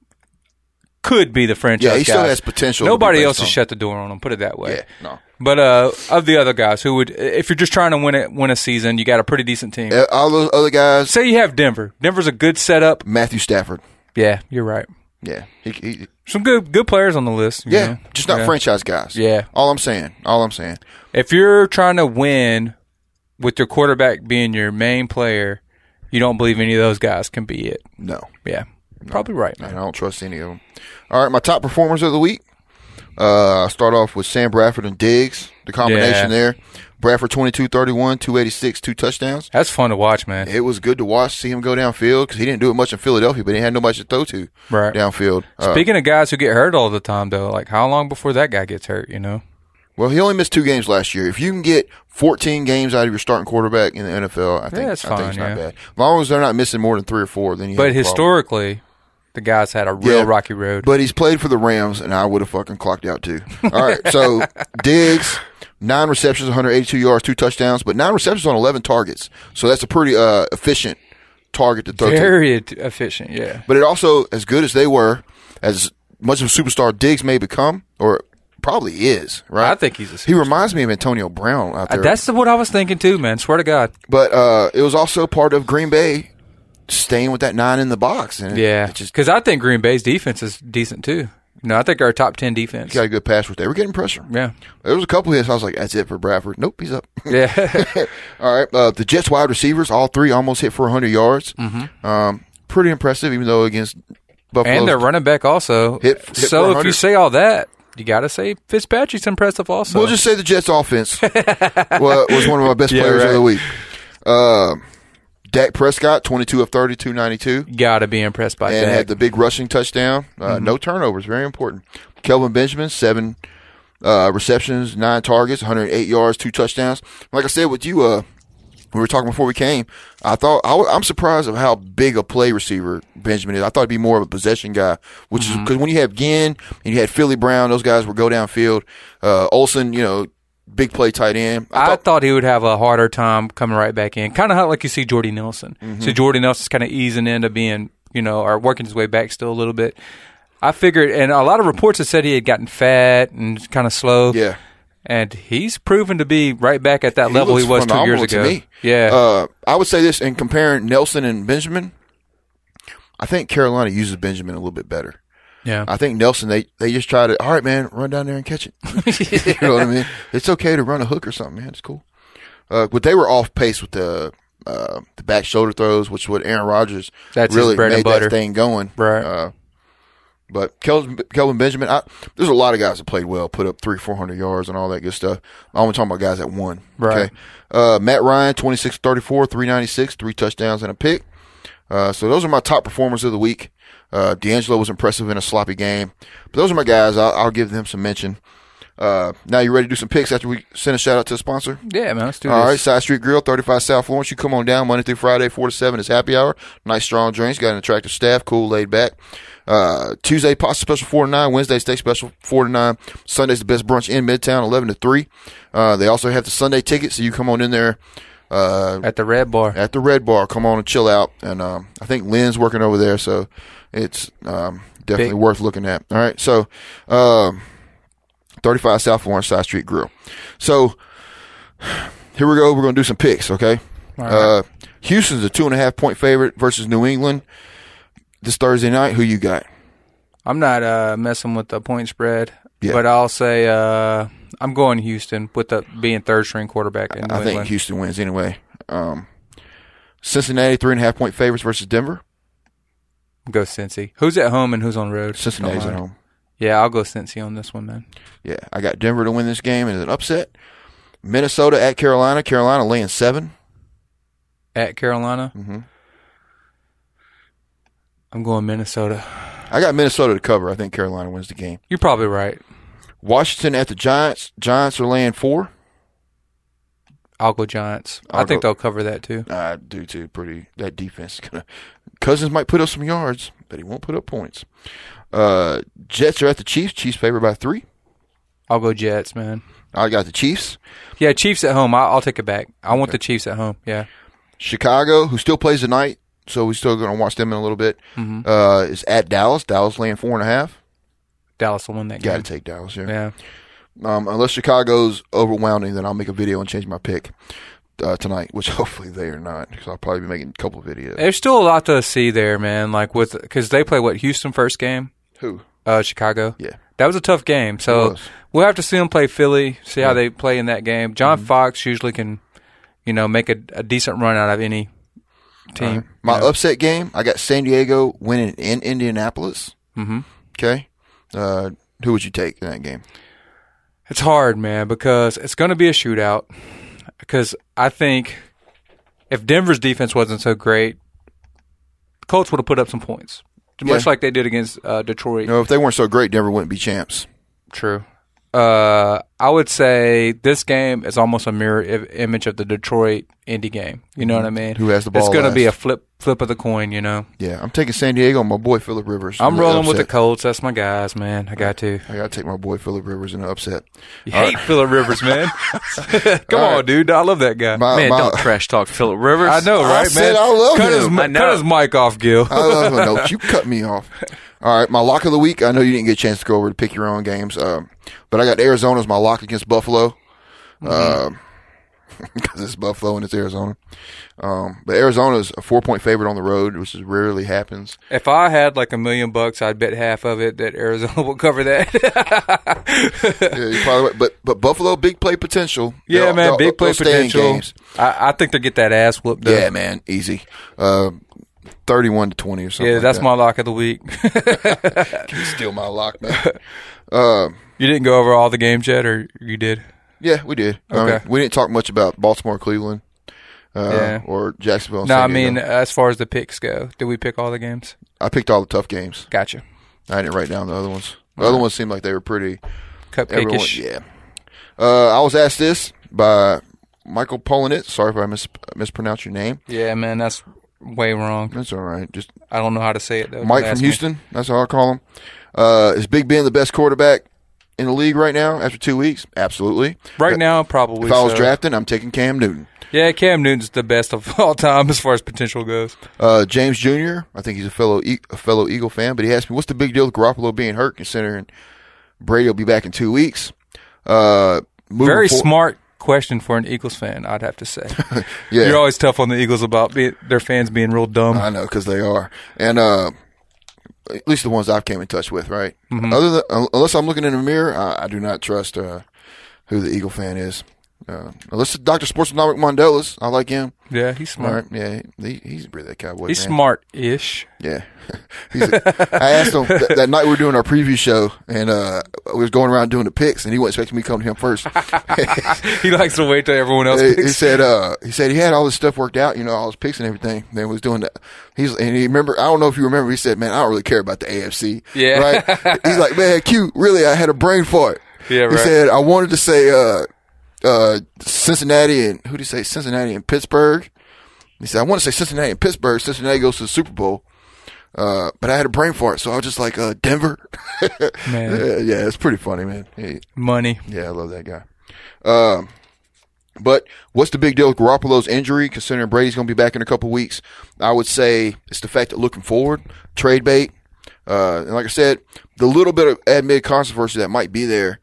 could be the franchise. Yeah, he still guy. has potential to be Nobody based else has on. shut the door on him. Put it that way. Yeah, no. But uh, of the other guys, who would if you're just trying to win it, win a season, you got a pretty decent team. Uh, all those other guys? Say you have Denver. Denver's a good setup. Matthew Stafford. Yeah, you're right. Yeah. He, he, Some good good players on the list. you yeah. know? Just not Yeah. franchise guys. Yeah. All I'm saying. All I'm saying. If you're trying to win with your quarterback being your main player, you don't believe any of those guys can be it. No. Yeah. Probably right, I man. don't trust any of them. All right, my top performers of the week. Uh, I start off with Sam Bradford and Diggs. The combination Yeah. there. Bradford 22 31, 286, two touchdowns. That's fun to watch, man. It was good to watch, see him go downfield because he didn't do it much in Philadelphia, but he had nobody to throw to Right. downfield. Uh, Speaking of guys who get hurt all the time, though, like how long before that guy gets hurt, you know? well, he only missed two games last year. If you can get 14 games out of your starting quarterback in the NFL, I think, that's I think it's fine, not yeah. bad. As long as they're not missing more than three or four, then you But have a problem. historically, the guy's had a real Yeah. rocky road. But he's played for the Rams, and I would have fucking clocked out too. All right, so Diggs, nine receptions, 182 yards, two touchdowns, but nine receptions on 11 targets. So that's a pretty uh, efficient target to throw to. Very e- efficient, yeah. But it also, as good as they were, as much of a superstar Diggs may become, or probably is, right? I think he's a He reminds me of Antonio Brown out there. Uh, That's what I was thinking, too, man. Swear to God. but uh, it was also part of Green Bay staying with that nine in the box. And it- Yeah. it just Because I think Green Bay's defense is decent, too. You know, I think our top 10 defense. got a good pass with They were getting pressure. Yeah. There was a couple hits. I was like, that's it for Bradford. Nope, he's up. Yeah. all right. Uh, the Jets wide receivers, all three almost hit for 100 yards. Mm-hmm. Um, pretty impressive, even though against Buffalo. and their running back also. Hit- hit so if 400. you say all that, you got to say Fitzpatrick's impressive also. We'll just say the Jets offense wa- was one of my best Yeah, players of right. the week. Uh, Dak Prescott, 22 of 30, 292, got to be impressed by and that. had the big rushing touchdown. Uh, No turnovers, very important. Kelvin Benjamin, seven uh, receptions, nine targets, 108 yards, two touchdowns. Like I said with you, uh, we were talking before we came. I thought I w- I'm surprised of how big a play receiver Benjamin is. I thought he'd be more of a possession guy, which is because when you have Ginn and you had Philly Brown, those guys would go downfield. Uh, Olson, you know, big play tight end. I I thought, thought he would have a harder time coming right back in, kind of how like you see Jordy Nelson. Mm-hmm. So Jordy Nelson's kind of easing into being, you know, or working his way back still a little bit. I figured, and a lot of reports had said he had gotten fat and kind of slow. yeah, and he's proven to be right back at that level he looks was two years phenomenal to ago. me. Yeah, Uh, I would say this in comparing Nelson and Benjamin. I think Carolina uses Benjamin a little bit better. yeah. I think Nelson they they just try to all right man run down there and catch it. you know what I mean? It's okay to run a hook or something, man. It's cool. Uh, but they were off pace with the uh, the back shoulder throws, which is what Aaron Rodgers That's his really bread and made butter. that thing going. Right. Uh, But Kelvin, Kelvin Benjamin, I, there's a lot of guys that played well, put up three, four hundred yards and all that good stuff. I'm only talking about guys that won. Right. Uh, Matt Ryan, 26 34, 396, three touchdowns and a pick. Uh, so those are my top performers of the week. Uh, D'Angelo was impressive in a sloppy game. But those are my guys. I'll, I'll give them some mention. Uh, now you ready to do some picks after we send a shout out to the sponsor? Yeah, man, let's do All this. right, Side Street Grill, 35 South Lawrence. You come on down Monday through Friday, 4 to 7 is happy hour. Nice strong drinks. Got an attractive staff, cool, laid back. Uh, Tuesday, pasta special 4 to 9. Wednesday, steak special 4 to 9. Sunday's the best brunch in Midtown, 11 to 3. Uh, they also have the Sunday ticket, so you come on in there. Uh, At the Red Bar. at the Red Bar. Come on and chill out. And um, I think Lynn's working over there, so it's um, definitely Big. worth looking at. All right, so um, 35 South Lawrence Side Street Grill. So here we go. We're going to do some picks. Okay. Uh, Houston's a two and a half point favorite versus New England this Thursday night. Who you got? I'm not uh, messing with the point spread, Yeah. but I'll say uh, I'm going Houston with the being third string quarterback in New I think England. Houston wins anyway. Um, Cincinnati three and a half point favorites versus Denver. Go Cincy. Who's at home and who's on road? Cincinnati's Don't at mind. home. Yeah, I'll go Cincy on this one, man. Yeah, I got Denver to win this game as an upset. Minnesota at Carolina. Carolina laying seven. At Carolina, mm-hmm. I'm going Minnesota. I got Minnesota to cover. I think Carolina wins the game. You're probably right. Washington at the Giants. Giants are laying four. I'll go Giants. i I'll think go- they'll cover that too. I do too. Pretty that defense. is Gonna, Cousins might put up some yards, but he won't put up points. Uh, Jets are at the Chiefs. Chiefs favored by three. I'll go Jets, man. I got the Chiefs. Yeah, Chiefs at home. I'll, I'll take it back. I want the Chiefs at home. Yeah, Chicago, who still plays tonight, so we're still going to watch them in a little bit. Uh, is at Dallas. Dallas laying four and a half. Dallas will win that Got to game. take Dallas. Yeah, Um, unless Chicago's overwhelming, then I'll make a video and change my pick uh, tonight, which hopefully they are not, because I'll probably be making a couple videos. there's still a lot to see there, man. Like with because they play what Houston first game, Who? uh, Chicago. Yeah. That was a tough game. It So was. we'll have to see them play Philly, see how they play in that game. John Mm-hmm. Fox usually can, you know, make a, a decent run out of any team. My upset game, I got San Diego winning in Indianapolis. Mm-hmm. Okay. Uh, who would you take in that game? It's hard, man, because it's going to be a shootout. Because I think if Denver's defense wasn't so great, Colts would have put up some points, much Yeah. like they did against uh, Detroit. You know, if they weren't so great, Denver wouldn't be champs. True. Uh, I would say this game is almost a mirror I- image of the Detroit Indy game. You know what I mean? Mm-hmm. Who has the It's ball going to last. be a flip flip of the coin. You know, Yeah, I'm taking San Diego and my boy Philip Rivers. I'm in the rolling with the upset. Colts. That's my guys, man. I got to. I got to take my boy Philip Rivers in the upset. You hate Phillip Rivers, man. Come All on, right. dude. I love that guy. My- Man, my- don't trash talk Philip Rivers. I know, right, said man? I love cut His, him. mi- I know. Cut his mic off, Gil. I love him. Don't you cut me off. All right, my lock of the week. I know you didn't get a chance to go over to pick your own games, um, but I got Arizona as my lock against Buffalo Mm-hmm. because it's Buffalo and it's Arizona. Um, but Arizona's a four point favorite on the road, which is rarely happens. if I had like a million bucks, I'd bet half of it that Arizona will cover that. Yeah, you probably, right. but but Buffalo big play potential. yeah, They'll- man. they'll- big play they'll stay in potential. games. I, I think they'll get that ass whooped. though. Yeah, man, easy. Uh, Thirty-one to twenty or something. Yeah, like that's that. my lock of the week. steal my lock. Man. You didn't go over all the games yet, or you did? yeah, we did. I Okay. mean, we didn't talk much about Baltimore, Cleveland, uh, Yeah. or Jacksonville. and No, I San Diego. mean as far as the picks go, did we pick all the games? I picked all the tough games. Gotcha. I didn't write down the other ones. The other ones seemed like they were pretty. Everyone, Cupcakeish. yeah. Uh, I was asked this by Michael Polinitz. Sorry if I mis- mispronounced your name. Yeah, man, that's way wrong. That's all right. Just I don't know how to say it though. Mike Don't from ask me. Houston. That's how I call him. Uh, is Big Ben the best quarterback in the league right now? After two weeks, absolutely. Right If- now, probably. if I was so. drafting, I'm taking Cam Newton. yeah, Cam Newton's the best of all time as far as potential goes. Uh, James Jr. I think he's a fellow e- a fellow Eagle fan, but he asked me, "What's the big deal with Garoppolo being hurt, considering Brady will be back in two weeks?" Uh, moving Very for- smart question for an Eagles fan, I'd have to say. Yeah, Uh, You're always tough on the Eagles about be their fans being real dumb. I know because they are, and uh, at least the ones I've came in touch with, right? Mm-hmm. Other than, unless I'm looking in the mirror, I, I do not trust uh, who the uh, Eagle fan is. Uh, unless it's Dr. Sports Nomic Mondelis. I like him. Yeah, he's All smart. right. Yeah. He, he's really that cowboy. He's man. smart ish. Yeah. He's a, I asked him th- that night we were doing our preview show and uh, we was going around doing the picks and he wasn't expecting me to come to him first. He likes to wait till everyone else he, he picks. said uh, he said he had all this stuff worked out, you know, all his picks and everything. Then was doing that. He's and he remember I don't know if you remember. He said, "Man, I don't really care about the AFC." Yeah. right. He's like, "Man, Q, really, I had a brain fart." Yeah, He right. said, "I wanted to say uh, uh, Cincinnati and who did he say Cincinnati and Pittsburgh." He said, "I want to say Cincinnati and Pittsburgh. Cincinnati goes to the Super Bowl." Uh, but I had a brain fart, so I was just like, uh, Denver. Man. yeah, yeah, it's pretty funny, man. He- Money. yeah, I love that guy. Um, but what's the big deal with Garoppolo's injury? Considering Brady's going to be back in a couple weeks, I would say it's the fact that looking forward, trade bait, uh, and like I said, the little bit of admin controversy that might be there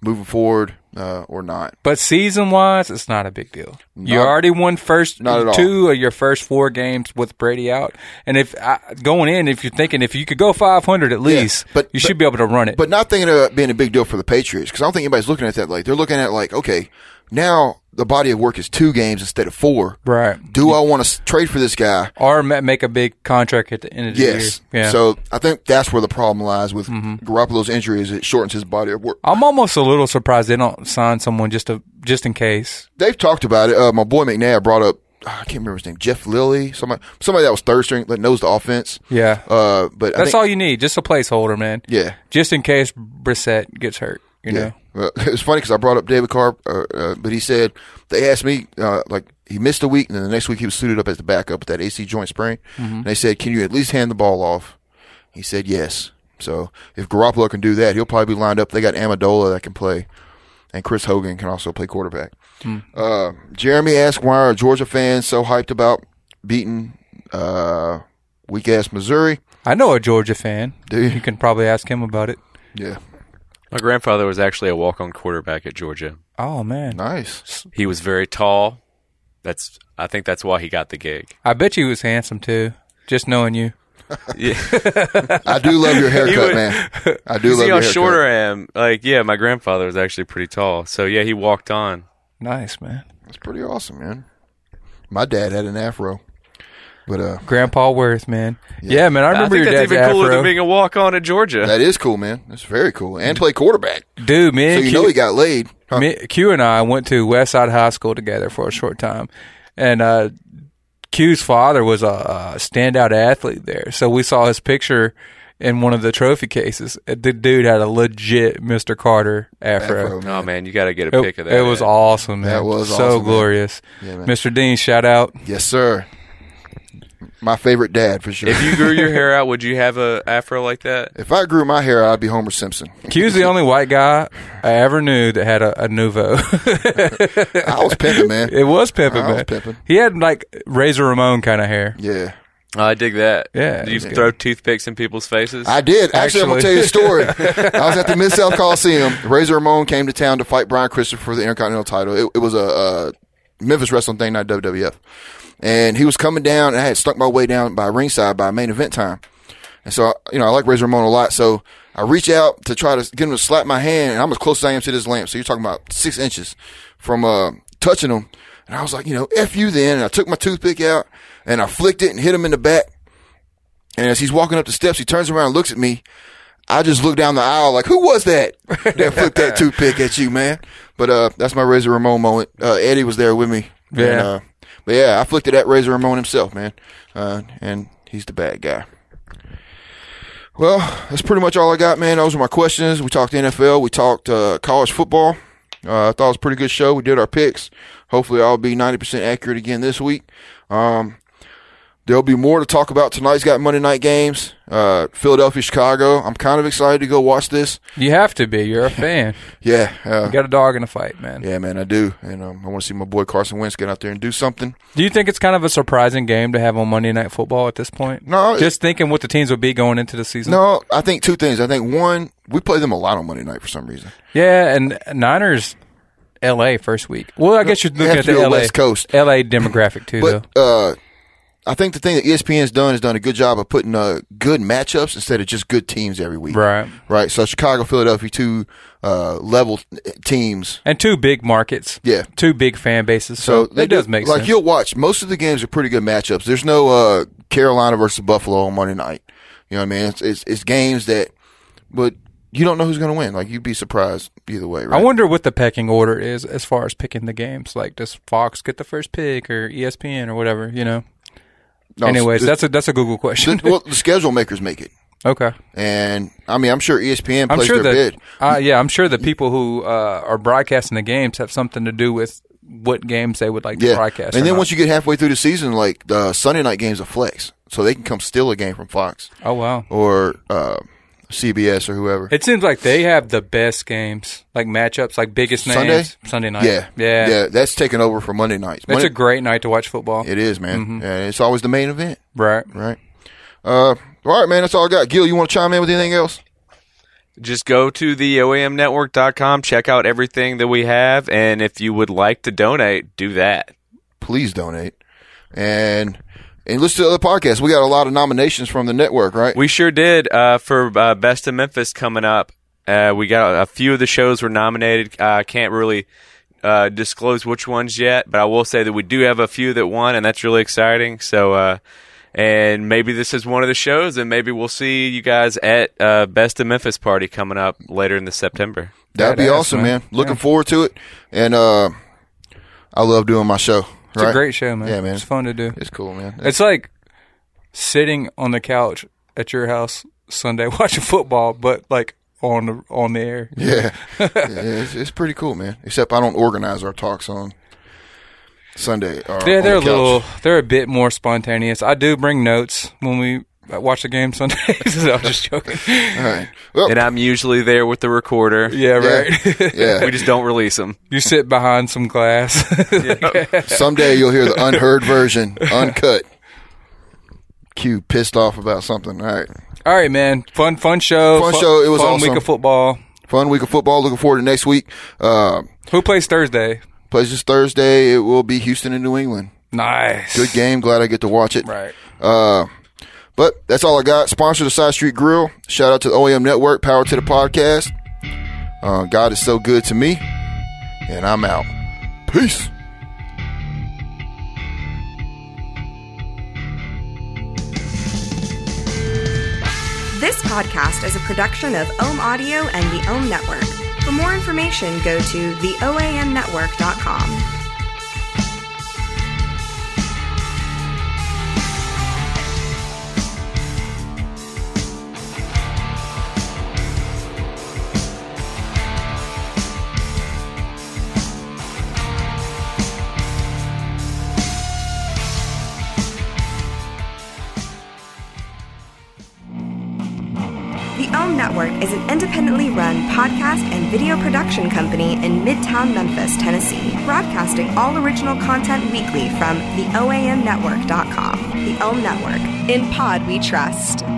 moving forward uh, or not. But season wise, it's not a big deal. you Not- already won first Not at all. two of your first four games with Brady out, and if I, going in, if you're thinking if you could go 500 at least, but- you but- should be able to run it. But not thinking about it being a big deal for the Patriots because I don't think anybody's looking at that. Like they're looking at like, okay, now the body of work is two games instead of four. right, Do I want to trade for this guy? or ma- make a big contract at the end of the Yes. year. Yeah. Mm-hmm. So I think that's where the problem lies with Garoppolo's injury is it shortens his body of work. I'm almost a little surprised they don't sign someone just to just in case. They've talked about it. Uh, my boy McNabb brought up I can't remember his name, Jeff Lilly, somebody somebody that was third string that knows the offense. Yeah, Uh, but I that's think- all you need, just a placeholder, man. Yeah. just in case Brissett gets hurt. You know, Well, it was Uh, funny because I brought up David Carr, uh, uh, but he said they asked me uh, like he missed a week, and then the next week he was suited up as the backup with that AC joint sprain. Mm-hmm. And they said, "Can you at least hand the ball off?" He said, "Yes." So if Garoppolo can do that, he'll probably be lined up. They got Amendola that can play, and Chris Hogan can also play quarterback. Hmm. Uh, Jeremy asked, "Why are Georgia fans so hyped about beating uh, weak ass Missouri?" I know a Georgia fan. Do you? You can probably ask him about it. Yeah, My grandfather was actually a walk-on quarterback at Georgia. Oh man, nice. He was very tall. That's I think that's why he got the gig. I bet you he was handsome too. Just knowing you. I do love your haircut, would- man. I do You love see your how haircut. short I am. Like, yeah, my grandfather was actually pretty tall. So yeah, he walked on. Nice, man. That's pretty awesome, man. My dad had an afro, but uh, Grandpa Worth, man. Yeah, man. I remember I think your that's dad's even cooler afro. than being a walk-on at Georgia. that is cool, man. That's very cool, and play quarterback. Dude, me So and you Q, know he got laid. Huh. me, Q and I went to Westside High School together for a short time, and uh, Q's father was a, a standout athlete there, so we saw his picture in one of the trophy cases. Uh, The dude had a legit Mr. Carter afro. Afro, man. oh man, you got to get a It, pic of that. it was awesome, man. That was so awesome, man. glorious. Yeah, man. Mr. Dean, shout out. Yes, sir. My favorite dad for sure. If you grew your hair out, would you have a afro like that? If I grew my hair, I'd be Homer Simpson. Q's the only white guy I ever knew that had a, a nouveau. I was pimping, man. It was pimping, I was man. pimping. He had like Razor Ramon kind of hair. Yeah, I dig that. Yeah, it Do you was good. throw toothpicks in people's faces? I did. Actually, I'm gonna Actually. tell you a story. I was at the Mid South Coliseum. Razor Ramon came to town to fight Brian Christopher for the Intercontinental title. It, it was a, uh Memphis wrestling thing, not WWF. And he was coming down, and I had snuck my way down by ringside by main event time. And so, you know, I like Razor Ramon a lot. So I reach out to try to get him to slap my hand, and I'm as close as I am to this lamp. So you're talking about six inches from uh, touching him. And I was like, you know, F you then. And I took my toothpick out and I flicked it and hit him in the back. And as he's walking up the steps, he turns around and looks at me. I just look down the aisle like, who was that that flipped that toothpick at you, man? But uh, that's my Razor Ramon moment. Uh, Eddie was there with me. Yeah. And, uh, but yeah, I flicked it at Razor Ramon himself, man. Uh, and he's the bad guy. Well, that's pretty much all I got, man. Those were my questions. We talked NFL. We talked uh, college football. Uh, I thought it was a pretty good show. We did our picks. Hopefully, I'll be 90% accurate again this week. Um, there'll be more to talk about. Tonight's got Monday night games. Uh, Philadelphia, Chicago. I'm kind of excited to go watch this. You have to be. You're a fan. Yeah. Uh, You got a dog in a fight, man. yeah, man, I do. And um, I want to see my boy Carson Wentz get out there and do something. Do you think it's kind of a surprising game to have on Monday Night Football at this point? No, it- Just thinking what the teams would be going into the season. No, I think two things. I think one, we play them a lot on Monday night for some reason. Yeah, and Niners, L.A. first week. Well, I guess you're have looking at to the go L.A. West Coast. L.A. demographic too, But uh, I think the thing that ESPN's done is done a good job of putting uh, good matchups instead of just good teams every week. Right. Right. So Chicago, Philadelphia, two uh, level teams. And two big markets. Yeah. Two big fan bases. So, So that it does make like sense. you'll watch most of the games are pretty good matchups. There's no uh, Carolina versus Buffalo on Monday night. You know what I mean? It's it's, it's games that, but you don't know who's going to win. Like you'd be surprised either way. Right? I wonder what the pecking order is as far as picking the games. Like, does Fox get the first pick or E ESPN or whatever, you know? No, Anyways, the- that's a that's a Google question. the- well, the schedule makers make it, okay. and I mean I'm sure E ESPN I'm plays sure their that bid. uh, yeah, I'm sure the people who uh, are broadcasting the games have something to do with what games they would like to Yeah, broadcast. and or then not. once you get halfway through the season, like the Sunday night games are flex, so they can come steal a game from Fox oh wow, or uh, CBS or whoever. it seems like they have the best games, like matchups, like biggest names. Sunday? Sunday night. yeah, yeah, yeah. That's taken over for Monday nights. That's Monday- a great night to watch football. It is, man. Mm-hmm. And it's always the main event, Right. right? Uh, all right, man. That's all I got. Gil, you want to chime in with anything else? Just go to the OAMnetwork.com, check out everything that we have, and if you would like to donate, do that. Please donate and and listen to other podcasts. We got a lot of nominations from the network, right? We sure did uh, for uh, Best of Memphis coming up. Uh, we got a, a few of the shows were nominated. I can't really uh, disclose which ones yet, but I will say that we do have a few that won, and that's really exciting. So, uh, and maybe this is one of the shows, and maybe we'll see you guys at uh, Best of Memphis party coming up later in the September. That'd be Badass, awesome, man. man. Looking Yeah. forward to it. And uh, I love doing my show. It's a great show, man. Yeah, man. It's fun to do. It's cool, man. It's like sitting on the couch at your house Sunday watching football, but like on the on the air. Yeah, Yeah, it's, it's pretty cool, man. Except I don't organize our talks on Sunday. Or Yeah, on they're the a couch. little, they're a bit more spontaneous. I do bring notes when we uh, watch the game Sundays. I'm just joking. All right. Well, And I'm usually there with the recorder. Yeah, right. yeah. We just don't release them. you sit behind some glass. Someday you'll hear the unheard version, uncut. Q pissed off about something. All right. All right, man. Fun, fun show. Fun show. It was fun awesome. week of football. Fun week of football. Looking forward to next week. Uh, Who plays Thursday? plays this Thursday. It will be Houston and New England. Nice. Good game. Glad I get to watch it. Right. Uh, but that's all I got. Sponsor the Side Street Grill. Shout out to the OEM Network. Power to the podcast. Uh, God is so good to me. And I'm out. Peace. This podcast is a production of Ohm Audio and the Ohm Network. For more information, go to theoamnetwork.com. The Ohm Network is an independently run podcast and video production company in Midtown Memphis, Tennessee, broadcasting all original content weekly from theoamnetwork.com. The Ohm Network. In pod we trust.